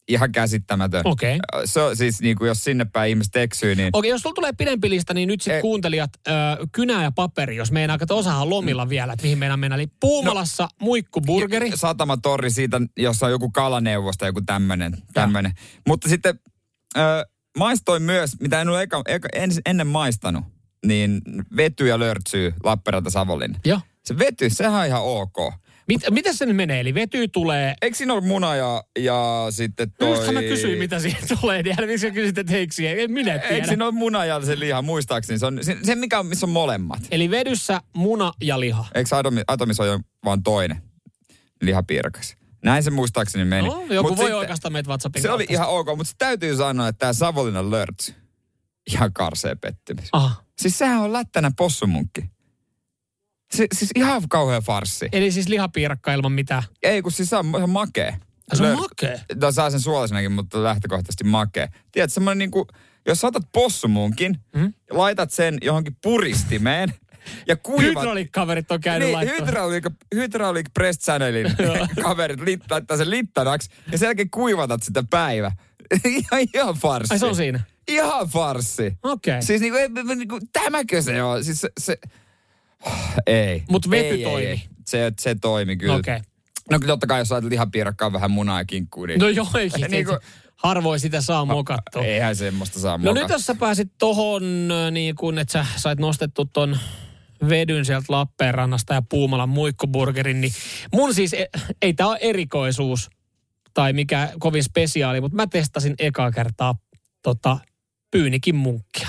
C: ihan käsittämätön.
B: Okei.
C: Se on siis, niin kuin jos sinne päin ihmiset eksyy, niin...
B: Okei, jos sulla tulee pidempi lista, niin nyt sitten
C: Ei.
B: kuuntelijat, ö, kynää ja paperi, jos meinaa, että osahan on
C: Mm.
B: lomilla vielä, että mihin meinaa mennä. Eli Puumalassa no. muikkuburgeri.
C: satamatorri siitä, jossa on joku kalaneuvosta, joku tämmönen. tämmönen. Mutta sitten ö, maistoin myös, mitä en ole eka, eka, en, ennen maistanut, niin vety ja lörtsyy Lappeenranta Savonlinna.
B: Joo.
C: Se vety, sehän on ihan ok.
B: Mit, miten se nyt menee? Eli vety tulee,
C: Eikö siinä ollut muna ja, ja sitten
B: No
C: toi...
B: Justhan mä kysyin, mitä siihen tulee. Niin älä- miksi sä kysyt, että eikö siihen? En minä
C: Eikö
B: tiedä.
C: siinä ole muna ja se liha, muistaakseni? Se on se, se mikä on, missä on molemmat.
B: Eli vedyssä muna ja liha.
C: Eikö se atomi, atomisoja ole vaan toinen lihapiirakas? Näin se muistaakseni meni.
B: No, joku
C: Mut
B: voi
C: sitten-
B: oikeastaan meitä WhatsAppin
C: Se oli
B: kautta.
C: ihan ok, mutta se täytyy sanoa, että tämä Savonlinnan lörts, ihan karsee pettymys.
B: Aha.
C: Siis sehän on lättänä possumunkki. Si- siis ihan kauhea farsi.
B: Eli siis lihapiirakka ilman mitään.
C: Ei, kun siis se on ihan makee.
B: Ja se on
C: Lör-
B: makea.
C: No, saa sen suolaisenakin, mutta lähtökohtaisesti makee. Tiedätkö, semmoinen niinku, jos sä otat possumunkin,
B: Mm-hmm.
C: mm? laitat sen johonkin puristimeen ja kuivat...
B: Hydraulikkaverit on käynyt
C: Niin,
B: laittamassa.
C: hydraulic, hydraulic press channelin kaverit lit, laittaa sen littanaksi ja sen jälkeen kuivatat sitä päivä. ihan, ihan farsi.
B: Ai se on siinä.
C: Ihan farsi.
B: Okei.
C: Siis niinku, ei, ei, niinku, tämäkö se on? Siis se, se... Ei.
B: Mut vety
C: Ei, ei,
B: toimi.
C: Ei. Se, se toimi kyllä.
B: Okei.
C: No kyllä totta kai, jos laitat lihapiirakkaan vähän munaa ja kinkkuu, niin
B: No joo, eikin.
C: Niin kuin-
B: Harvoin sitä saa mokattua.
C: eihän semmoista saa
B: No
C: mokata.
B: nyt jos sä pääsit tohon, ö, niin kun, että sä sait nostettu ton vedyn sieltä Lappeenrannasta ja Puumalan muikkuburgerin, niin mun siis, e- ei tää ole erikoisuus tai mikä kovin spesiaali, mutta mä testasin ekaa kertaa tota, pyynikin munkkia.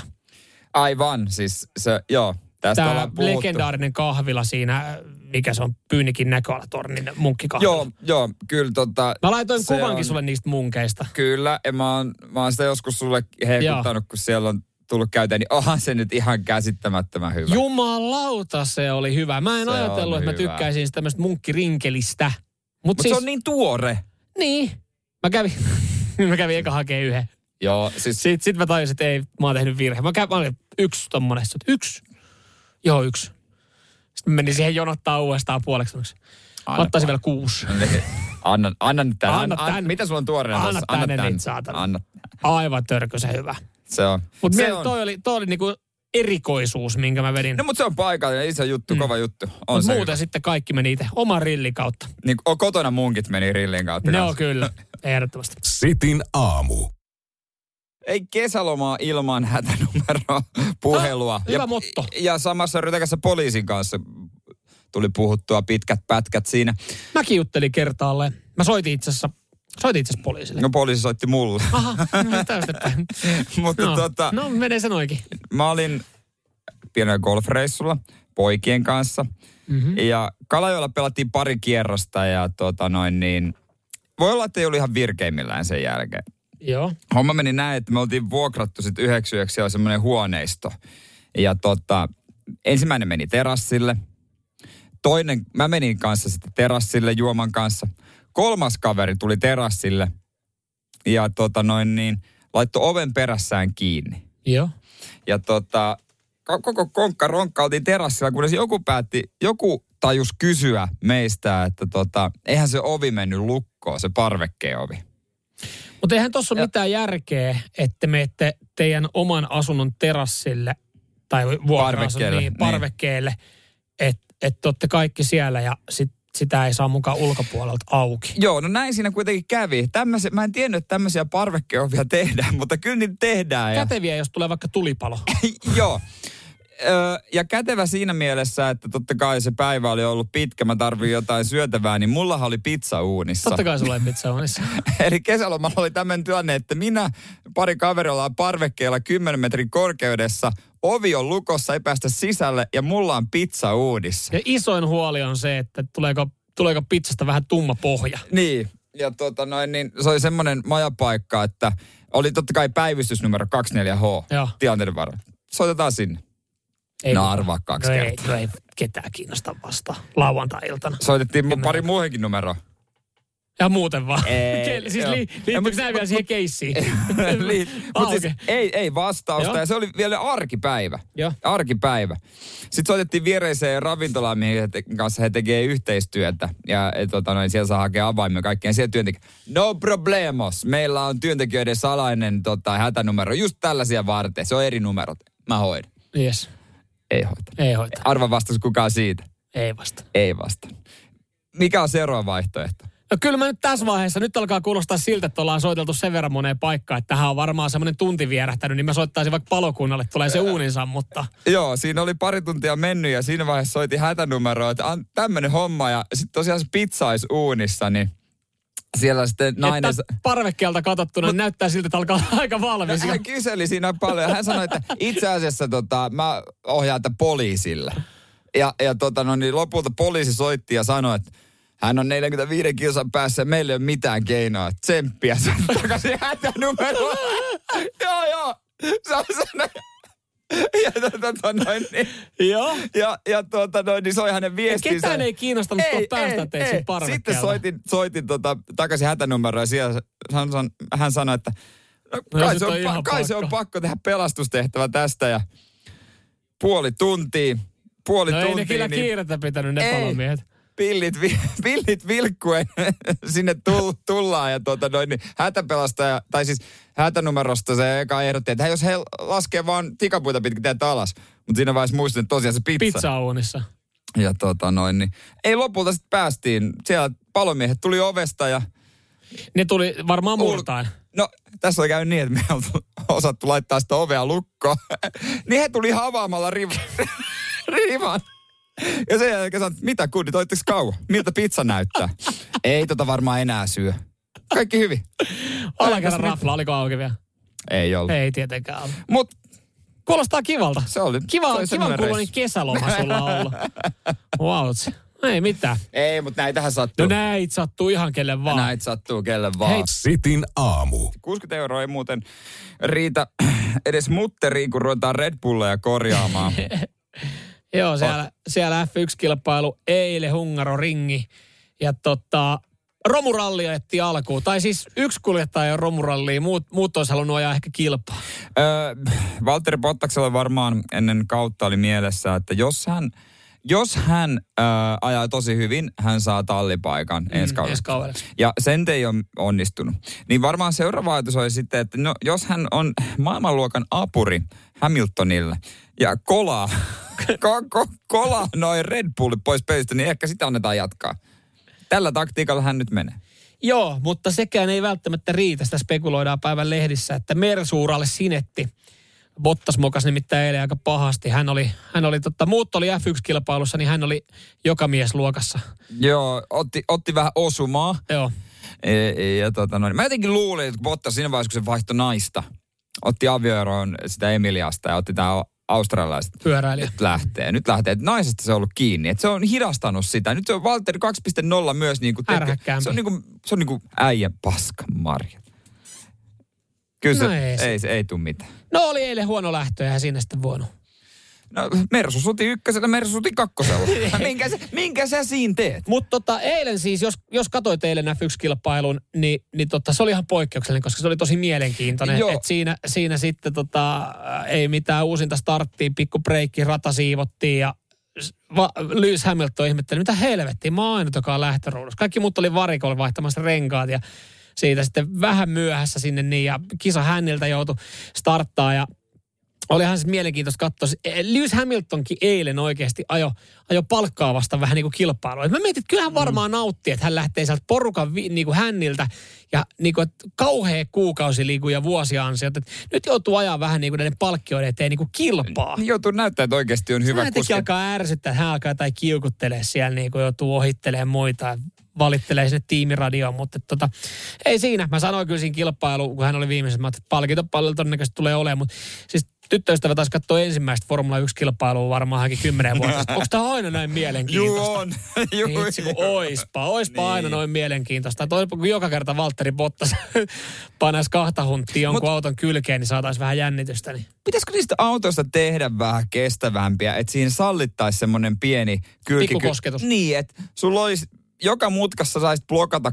C: Aivan, siis se, joo, tästä Tää
B: Tämä
C: ollaan puhuttu.
B: legendaarinen kahvila siinä, ö, mikä se on, pyynikin näköalatornin munkkikahvila.
C: Joo, joo, kyllä tota...
B: Mä laitoin
C: se
B: kuvankin
C: on-
B: sulle niistä munkeista.
C: Kyllä, ja mä oon, mä oon sitä joskus sulle heikuttanut, kun siellä on tullut käyteen, niin onhan se nyt ihan käsittämättömän hyvä.
B: Jumalauta, se oli hyvä. Mä en
C: Se
B: ajatellut,
C: on
B: että mä
C: hyvä.
B: tykkäisin sitä tämmöistä munkkirinkelistä. Mutta
C: Mutta
B: siis,
C: se on niin tuore.
B: Niin. Mä kävin, mä kävin eka hakee yhden.
C: Joo, siis
B: Sitten sit mä tajusin, että ei, mä oon tehnyt virhe. Mä, kävin, mä olin yksi tommonen. Sitten, yksi. Joo, yksi. Sitten mä menin siihen jonottaa uudestaan puoleksi. tunniksi. Mä
C: Aina
B: ottaisin vielä kuusi.
C: anna, anna nyt tämän.
B: Anna
C: Anna,
B: tän.
C: anna, mitä sulla on tuoreena?
B: Anna
C: tossa?
B: tänne
C: tän.
B: nyt, saatana.
C: Anna.
B: Aivan törkö se hyvä.
C: Se on.
B: Mutta
C: se
B: mie-
C: on.
B: toi oli, toi oli niinku erikoisuus, minkä mä vedin.
C: No mutta se on paikallinen, iso juttu, mm. kova juttu. On
B: Mut
C: se
B: muuten sitten kaikki meni itse oman rillin kautta.
C: Niin, o, kotona munkit meni rillin kautta.
B: Ne
C: kanssa.
B: on kyllä, ehdottomasti.
A: Sitin aamu.
C: Ei kesälomaa ilman hätänumeroa puhelua.
B: Ah, hyvä motto.
C: Ja samassa rytäkässä poliisin kanssa tuli puhuttua pitkät pätkät siinä.
B: Mäkin juttelin kertaalleen. Mä soitin itse asiassa, soitin itse asiassa poliisille. No.
C: No poliisi soitti mulle.
B: Aha, no, täysin päin.
C: Mutta
B: No,
C: tota,
B: no menee se noinkin.
C: mä olin pienellä golfreissulla poikien kanssa. Mm-hmm. Ja Kalajoella pelattiin pari kierrosta ja tota noin niin... Voi olla, että ei ollut ihan virkeimmillään sen jälkeen.
B: Joo.
C: homma meni näin, että me oltiin vuokrattu sitten yhdeksi yöksi siellä semmoinen huoneisto. Ja tota, ensimmäinen meni terassille. Toinen, mä menin kanssa sitten terassille juoman kanssa. Kolmas kaveri tuli terassille ja tota noin niin, laittoi oven perässään kiinni.
B: Joo.
C: Ja tota, ko- koko konkka ronkka oltiin terassilla, kunnes joku päätti, joku tajus kysyä meistä, että tota, eihän se ovi mennyt lukkoon, se parvekkeen ovi.
B: Mutta eihän tuossa ole mitään järkeä, että menette teidän oman asunnon terassille tai vuokra
C: Parvekkeelle,
B: niin,
C: niin.
B: parvekkeelle, että et olette kaikki siellä ja sit, sitä ei saa mukaan ulkopuolelta auki.
C: Joo, no näin siinä kuitenkin kävi. Tämmöse, mä en tiennyt, että tämmöisiä parvekkeovia tehdään, mutta kyllä niitä tehdään. Ja,
B: Käteviä, jos tulee vaikka tulipalo.
C: joo. Ö, ja kätevä siinä mielessä, että totta kai se päivä oli ollut pitkä, mä tarvin jotain syötävää, niin mullahan oli pizza uunissa.
B: Totta kai sulla ei pizza onissa.
C: Eli kesälomalla oli tämmöinen tilanne, että minä pari kaverilla on parvekkeella 10 metrin korkeudessa, ovi on lukossa, ei päästä sisälle ja mulla on pizza uunissa.
B: Ja isoin huoli on se, että tuleeko, tuleeko pizzasta vähän tumma pohja.
C: Niin, ja tota noin, niin se oli semmoinen majapaikka, että oli totta kai päivystysnumero 24H.
B: Joo.
C: Tilanteiden varo. Soitetaan sinne.
B: Ei
C: no
B: kukaan.
C: arvaa kaksi
B: no
C: no
B: ei,
C: kertaa.
B: no ei ketään kiinnosta vasta lauantai-iltana.
C: Soitettiin mu- pari muuhenkin numeroa.
B: Ja muuten vaan.
C: Ei,
B: Ei, siis
C: joo.
B: li,
C: Ja
B: liittyykö
C: mut-
B: nämä vielä siihen keissiin?
C: Li- Mut siis,
B: Auke.
C: ei, ei vastausta.
B: Joo.
C: Ja se oli vielä arkipäivä.
B: Joo.
C: Arkipäivä. Sitten soitettiin viereiseen ravintolaan, mihin he te- kanssa he tekee yhteistyötä. Ja e, tota noin, siellä saa hakea avaimia kaikkeen. Siellä työntekijä. No problemos. Meillä on työntekijöiden salainen tota, hätänumero. Just tällaisia varten. Se on eri numerot. Mä hoidan.
B: Yes.
C: Ei hoita.
B: Ei hoita.
C: Arva vastasi kukaan siitä.
B: Ei vasta.
C: Ei vasta. Mikä on seuraava vaihtoehto?
B: No kyllä mä nyt tässä vaiheessa, nyt alkaa kuulostaa siltä, että ollaan soiteltu sen verran moneen paikkaan, että tähän on varmaan semmoinen tunti vierähtänyt, niin mä soittaisin vaikka palokunnalle, tulee se uuninsa, mutta
C: Joo, siinä oli pari tuntia mennyt ja siinä vaiheessa soitin hätänumeroa, että on tämmönen homma ja sitten tosiaan se pizzais uunissa, niin siellä sitten nainen...
B: että parvekkeelta katsottuna niin näyttää siltä, että alkaa olla aika valmis.
C: No, Hän kyseli siinä paljon. Hän sanoi, että itse asiassa tota, mä ohjaan tätä poliisille. Ja, ja tota, no niin, lopulta poliisi soitti ja sanoi, että hän on 45 kilsan päässä ja meillä ei ole mitään keinoa. Tsemppiä se on takaisin hätänumeroon. joo, joo. Se on se. Ja, tota, tota, noin, niin,
B: Joo.
C: ja, ja tota, noin, niin soi hänen viestinsä.
B: Ketään ei kiinnostanut tuo päästä teitä siitä
C: Sitten
B: parvekkeelta.
C: soitin, soitin tota, takaisin hätänumeroon ja siellä hän, san- hän sanoi, että no,
B: No
C: kai,
B: sit
C: se on,
B: on ihan
C: pa- kai se on
B: pakko.
C: pakko tehdä pelastustehtävä tästä ja puoli tuntia, puoli
B: No ei ne
C: tuntia,
B: kyllä
C: niin
B: kiirettä pitänyt ne
C: Ei.
B: palomiehet.
C: pillit, vi- pillit vilkkuen sinne tull, tullaan ja tuota noin, niin hätäpelastaja, tai siis hätänumerosta se eka ehdotti, että hei, jos he laskee vaan tikapuita pitkin teitä alas, mutta siinä vaiheessa muistin, että tosiaan se pizza.
B: Pizzauunissa.
C: Ja tota noin, niin ei lopulta sitten päästiin. Siellä palomiehet tuli ovesta ja...
B: Ne tuli varmaan murtaan.
C: No, tässä oli käynyt niin, että me ei oltu osattu laittaa sitä ovea lukkoon. niin he tuli havaamalla riv- rivan. Ja sen jälkeen sanoin, että mitä kundit, olitteko kauan? Miltä pizza näyttää? ei tota varmaan enää syö. Kaikki hyvin.
B: Alakerran rafla, oliko auki vielä?
C: Ei ollut.
B: Ei tietenkään ollut.
C: Mut
B: Kuulostaa kivalta.
C: se oli.
B: Kiva,
C: se oli
B: kivan
C: semmoinen
B: kuuloinen
C: reissu.
B: kesäloma sulla on ollut. Vautsi. Ei mitään.
C: Ei, mutta näitähän sattuu.
B: No näit sattuu ihan kelle vaan.
C: Näitä sattuu kelle vaan.
B: Hei,
A: Sitin aamu.
C: 60 euroa ei muuten riitä edes mutteriin, kun ruvetaan Red Bulleja korjaamaan.
B: Joo, siellä, siellä F1-kilpailu eilen Hungaroringi. Ja tota, romuralli ajettiin alkuun. Tai siis yksi kuljettaja on romuralliin, muut, muut olisi halunnut ajaa ehkä kilpaa.
C: öö, Valtteri Bottaksella varmaan ennen kautta oli mielessä, että jos hän jos hän ö, ajaa tosi hyvin, hän saa tallipaikan mm, ensi kaudella.
B: ensi kaudella.
C: Ja sen ei ole onnistunut. Niin varmaan seuraava ajatus oli sitten, että no, jos hän on maailmanluokan apuri Hamiltonille ja kolaa, ko, ko, kolaa noin Red Bullit pois pelistä, niin ehkä sitä annetaan jatkaa. Tällä taktiikalla hän nyt menee.
B: Joo, mutta sekään ei välttämättä riitä. Sitä spekuloidaan päivän lehdissä, että Mersuuralle sinetti. Bottas mokas nimittäin eilen aika pahasti. Hän oli, hän oli totta, muut oli F1-kilpailussa, niin hän oli joka mies luokassa.
C: Joo, otti, otti vähän osumaa.
B: Joo.
C: Ja, ja tota noin. Mä jotenkin luulin, että kun Bottas siinä vaiheessa, kun se vaihtoi naista, otti avioeroon sitä Emiliasta ja otti tämä australialaiset.
B: Pyöräilijä.
C: Nyt lähtee, nyt lähtee. Et naisesta se on ollut kiinni. Et se on hidastanut sitä. Nyt se on Walter 2.0 myös. Niin kuin
B: Ärhäkkäämpi.
C: se on niin kuin, se on niin kuin äijän paskan marja. Kyllä se,
B: No ei
C: ei,
B: se-
C: ei, se, ei tule mitään.
B: No oli eilen huono lähtö, eihän siinä sitten voinut.
C: No, Mersu suti ykkösellä, Mersu suti kakkosella. No, minkä, sä, minkä sä siinä teet?
B: Mutta tota, eilen siis, jos, jos katsoit eilen F1-kilpailun, niin, niin tota, se oli ihan poikkeuksellinen, koska se oli tosi mielenkiintoinen.
C: Joo.
B: Et siinä, siinä sitten tota, ei mitään uusinta starttiin, pikku breikki, rata siivottiin ja s- va, Lewis Hamilton ihmetteli, mitä helvettiä, mä oon ainut, joka on lähtöruudussa. Kaikki muut oli varikolla vaihtamassa renkaat ja siitä sitten vähän myöhässä sinne niin ja kisa häniltä joutui starttaa ja Olihan se mielenkiintoista katsoa. Eh, Lewis Hamiltonkin eilen oikeasti ajo, ajo palkkaa vasta vähän niin kuin kilpailua. Et Mä mietin, että kyllähän varmaan nautti, että hän lähtee sieltä porukan vi, niin kuin hänniltä ja niin kuin, että kauhea kuukausiliiku ja vuosiansiot. Et Nyt joutuu ajaa vähän niin kuin näiden palkkioiden eteen niin kuin kilpaa.
C: Niin joutuu näyttää, että oikeasti on
B: Hyvä
C: hyvä
B: jotenkin
C: kuski.
B: alkaa ärsyttää, että hän alkaa tai kiukuttelee siellä, niin kuin joutuu ohittelemaan muita valittelee sinne tiimiradioon, mutta tota, ei siinä. Mä sanoin kyllä siinä kilpailu, kun hän oli viimeisessä, mä ajattelin, että palkinto paljon todennäköisesti tulee olemaan, mutta siis tyttöystävä taas katsoi ensimmäistä Formula 1-kilpailua varmaan hänkin kymmenen vuotta. Onko tämä aina näin mielenkiintoista?
C: Juu on. Juu,
B: Niin Hitsi, kun
C: juu.
B: oispa, oispa
C: Niin.
B: niin. aina noin mielenkiintoista. Toispa, kun joka kerta Valtteri Bottas panas kahta hunttia jonkun auton kylkeen, niin saataisiin vähän jännitystä. Niin.
C: Pitäisikö niistä autoista tehdä vähän kestävämpiä, että siinä sallittaisi semmoinen pieni kylki...
B: Pikkukosketus.
C: Niin, että sulla olisi, joka mutkassa saisit blokata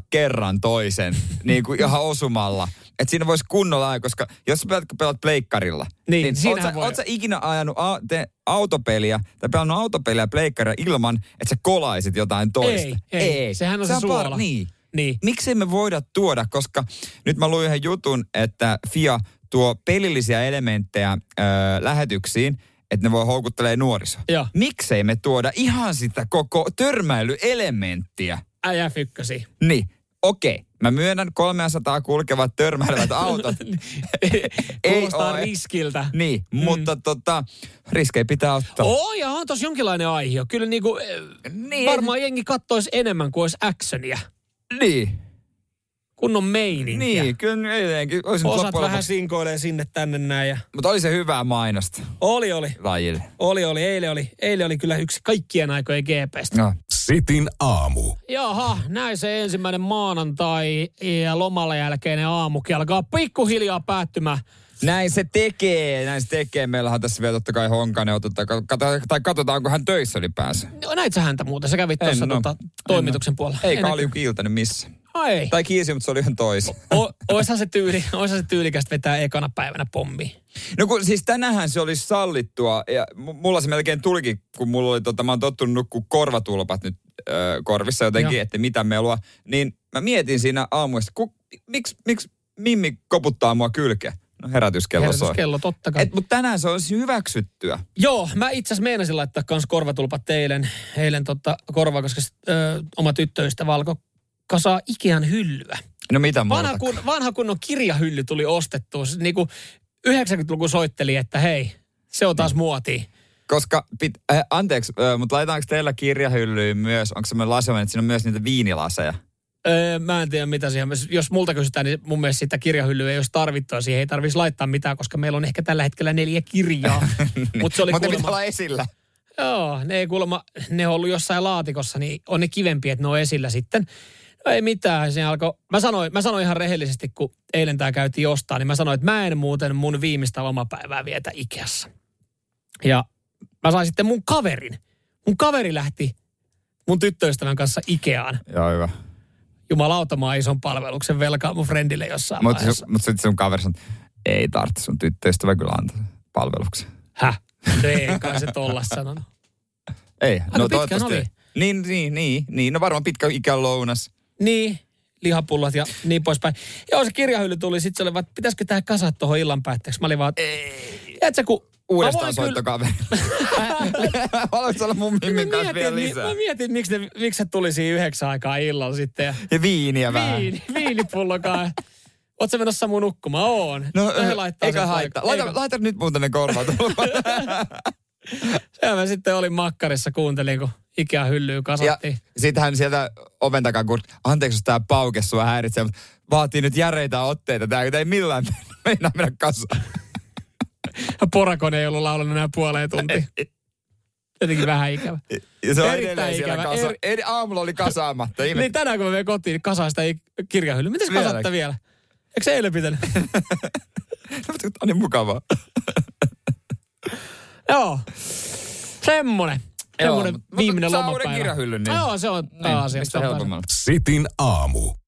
C: kerran toisen, niin kuin ihan osumalla. Että siinä voisi kunnolla ajaa, koska jos sä pelat, pelat pleikkarilla,
B: Niin,
C: oot
B: siinähän
C: sä,
B: voi.
C: oot sä ikinä ajanut a, te, autopeliä tai pelannut autopeliä ja pleikkaria ilman, että sä kolaisit jotain toista?
B: Ei, ei. Sehän on se
C: par-
B: suola.
C: Niin
B: Niin.
C: miksei me voida tuoda, koska nyt mä luin yhden jutun, että FIA tuo pelillisiä elementtejä ö, lähetyksiin, että ne voi houkuttelee nuorisoa.
B: Joo.
C: Miksei me tuoda ihan sitä koko törmäilyelementtiä?
B: Äijä fykkäsi.
C: Niin, okei. Mä myönnän 300 kulkevat törmäilevät autot.
B: Kuulostaa
C: oo, ei.
B: riskiltä.
C: niin, mutta tota, riskejä pitää ottaa.
B: Oi, ja on tossa jonkinlainen aihe. Kyllä niinku, eh,
C: Niin.
B: varmaan jengi kattoisi enemmän kuin olisi actionia.
C: Niin,
B: Kunnon meininkiä.
C: niin kyllä edelleenkin. Olisin
B: Osat
C: loppujen
B: vähän
C: lopuksi-
B: sinkoilee sinne tänne näin. Ja...
C: Mutta oli se hyvää mainosta
B: Oli, oli.
C: lajille.
B: Oli, oli. Eilen oli, eilen oli kyllä yksi kaikkien aikojen GPstä.
C: No.
A: Sitin aamu.
B: Jaha, näin se ensimmäinen maanantai ja lomalla jälkeinen aamukin alkaa pikkuhiljaa päättymään.
C: Näin se tekee, näin se tekee. Meillähän on tässä vielä totta kai Honkanen, otetaan, kata- tai katsotaan, onko hän töissä ylipäänsä.
B: No, näit sä häntä muuten? Sä kävit
C: En
B: tuossa
C: oo.
B: tota,
C: En
B: toimituksen puolella.
C: Ei
B: Enää-
C: Kalju kiiltänyt missä.
B: Ai.
C: Tai kiisi, mutta se oli ihan toisi.
B: O, oishan se, tyyli, oishan se tyylikästä vetää ekana päivänä pommi.
C: No kun siis tänähän se olisi sallittua, ja mu- mulla se melkein tulikin, kun mulla oli, tota, mä oon tottunut nukkuu korvatulpat nyt ö, korvissa jotenkin,
B: Joo.
C: että mitä melua. Niin mä mietin siinä aamuista, ku, miksi, miksi Mimmi koputtaa mua kylkeä? No herätyskello, herätyskello.
B: Herätyskello, totta
C: soi.
B: kai.
C: Et, mutta tänään se olisi hyväksyttyä.
B: Joo, mä itse asiassa meinasin laittaa kans korvatulpat eilen, eilen tota korvaa, koska ö, oma tyttöystä valko kasaa Ikean hyllyä.
C: No mitä muuta?
B: Vanha, kun, vanha kunnon kirjahylly tuli ostettua. Siis Niinku 90-luku soitteli, että hei, se on taas muoti.
C: Koska, pit, äh, anteeksi, äh, mutta laitetaanko teillä kirjahyllyyn myös, onko semmoinen laseoinen, että siinä on myös niitä viinilaseja?
B: Öö, mä en tiedä mitä siihen. Jos multa kysytään, niin mun mielestä sitä kirjahyllyä ei olisi tarvittua. Siihen ei tarvitsisi laittaa mitään, koska meillä on ehkä tällä hetkellä neljä kirjaa. Mutta se oli
C: Mutta ne pitää
B: kuulemma-
C: olla esillä.
B: Joo, ne ei kuulemma, ne on ollut jossain laatikossa, niin on ne kivempiä, että ne on esillä sitten. No ei mitään, se alkoi, mä sanoin, mä sanoin ihan rehellisesti, kun eilen tää käytiin ostaa, niin mä sanoin, että mä en muuten mun viimeistä lomapäivää vietä Ikeassa. Ja mä sain sitten mun kaverin. Mun kaveri lähti mun tyttöystävän kanssa Ikeaan.
C: Joo, hyvä.
B: Jumalauta, mä oon ison palveluksen velkaa mun frendille jossain
C: Mutta
B: vaiheessa.
C: mut sitten sun kaveri sanoo, ei tarvitse sun tyttöystävä kyllä antaa palveluksen.
B: Häh? No ei kai se tollas sanonut.
C: Ei,
B: Aika
C: no
B: pitkään
C: toivottavasti.
B: oli.
C: ei. Niin, niin, niin, niin. No varmaan pitkä ikä lounas.
B: Niin, lihapullat ja niin poispäin. Joo, se kirjahylly tuli, sitten se oli vaan, että pitäisikö tämä kasata tuohon illan päätteeksi. Mä olin vaan, että kun...
C: Uudestaan
B: mä voin kyllä-
C: soittokaveri. Haluatko olla mun mimmin
B: Mä
C: kanssa vielä
B: mietin, niin
C: lisää?
B: Mä mietin, miksi, ne, miksi se tuli siinä yhdeksän aikaa illalla sitten. Ja
C: Ja viiniä vähän.
B: viini, viinipullokaan. Oot sä menossa mun nukkumaan? Oon.
C: No,
B: Tai he
C: ö,
B: laittaa
C: eikä
B: sen
C: haittaa.
B: paikan.
C: Laita, laita nyt muuten ne korvat.
B: Sehän mä sitten olin makkarissa, kuuntelin, kun ikea hyllyy
C: ja
B: kasattiin.
C: sit hän sieltä oven takaa, kun anteeksi, jos tää pauke sua häiritsee, mutta vaatii nyt järeitä otteita. Tää ei millään meinaa mennä kasaan.
B: Ja porakone ei ollut laulanut enää puoleen tuntiin. Jotenkin vähän ikävä.
C: Ja se on
B: Erittäin
C: edelleen siellä
B: ikävä.
C: kasa.
B: Eri-
C: Eri... Aamulla oli kasaamatta. Ihme,
B: Niin tänään kun mä menen kotiin, niin kasaan sitä ik- kirjahyllyä. Mitäs
C: Vieläkin.
B: kasatta vielä? Eikö se eilen pitänyt?
C: Tää on niin mukavaa.
B: Joo. Semmonen. Semmonen
C: mutta-
B: viimeinen
C: mutta saa
B: lomapäivä.
C: uuden kirjahyllyn, niin-
B: Joo, se on taas asia.
C: mistä
B: Se on taas-
C: helpommalla.
A: Sitin aamu.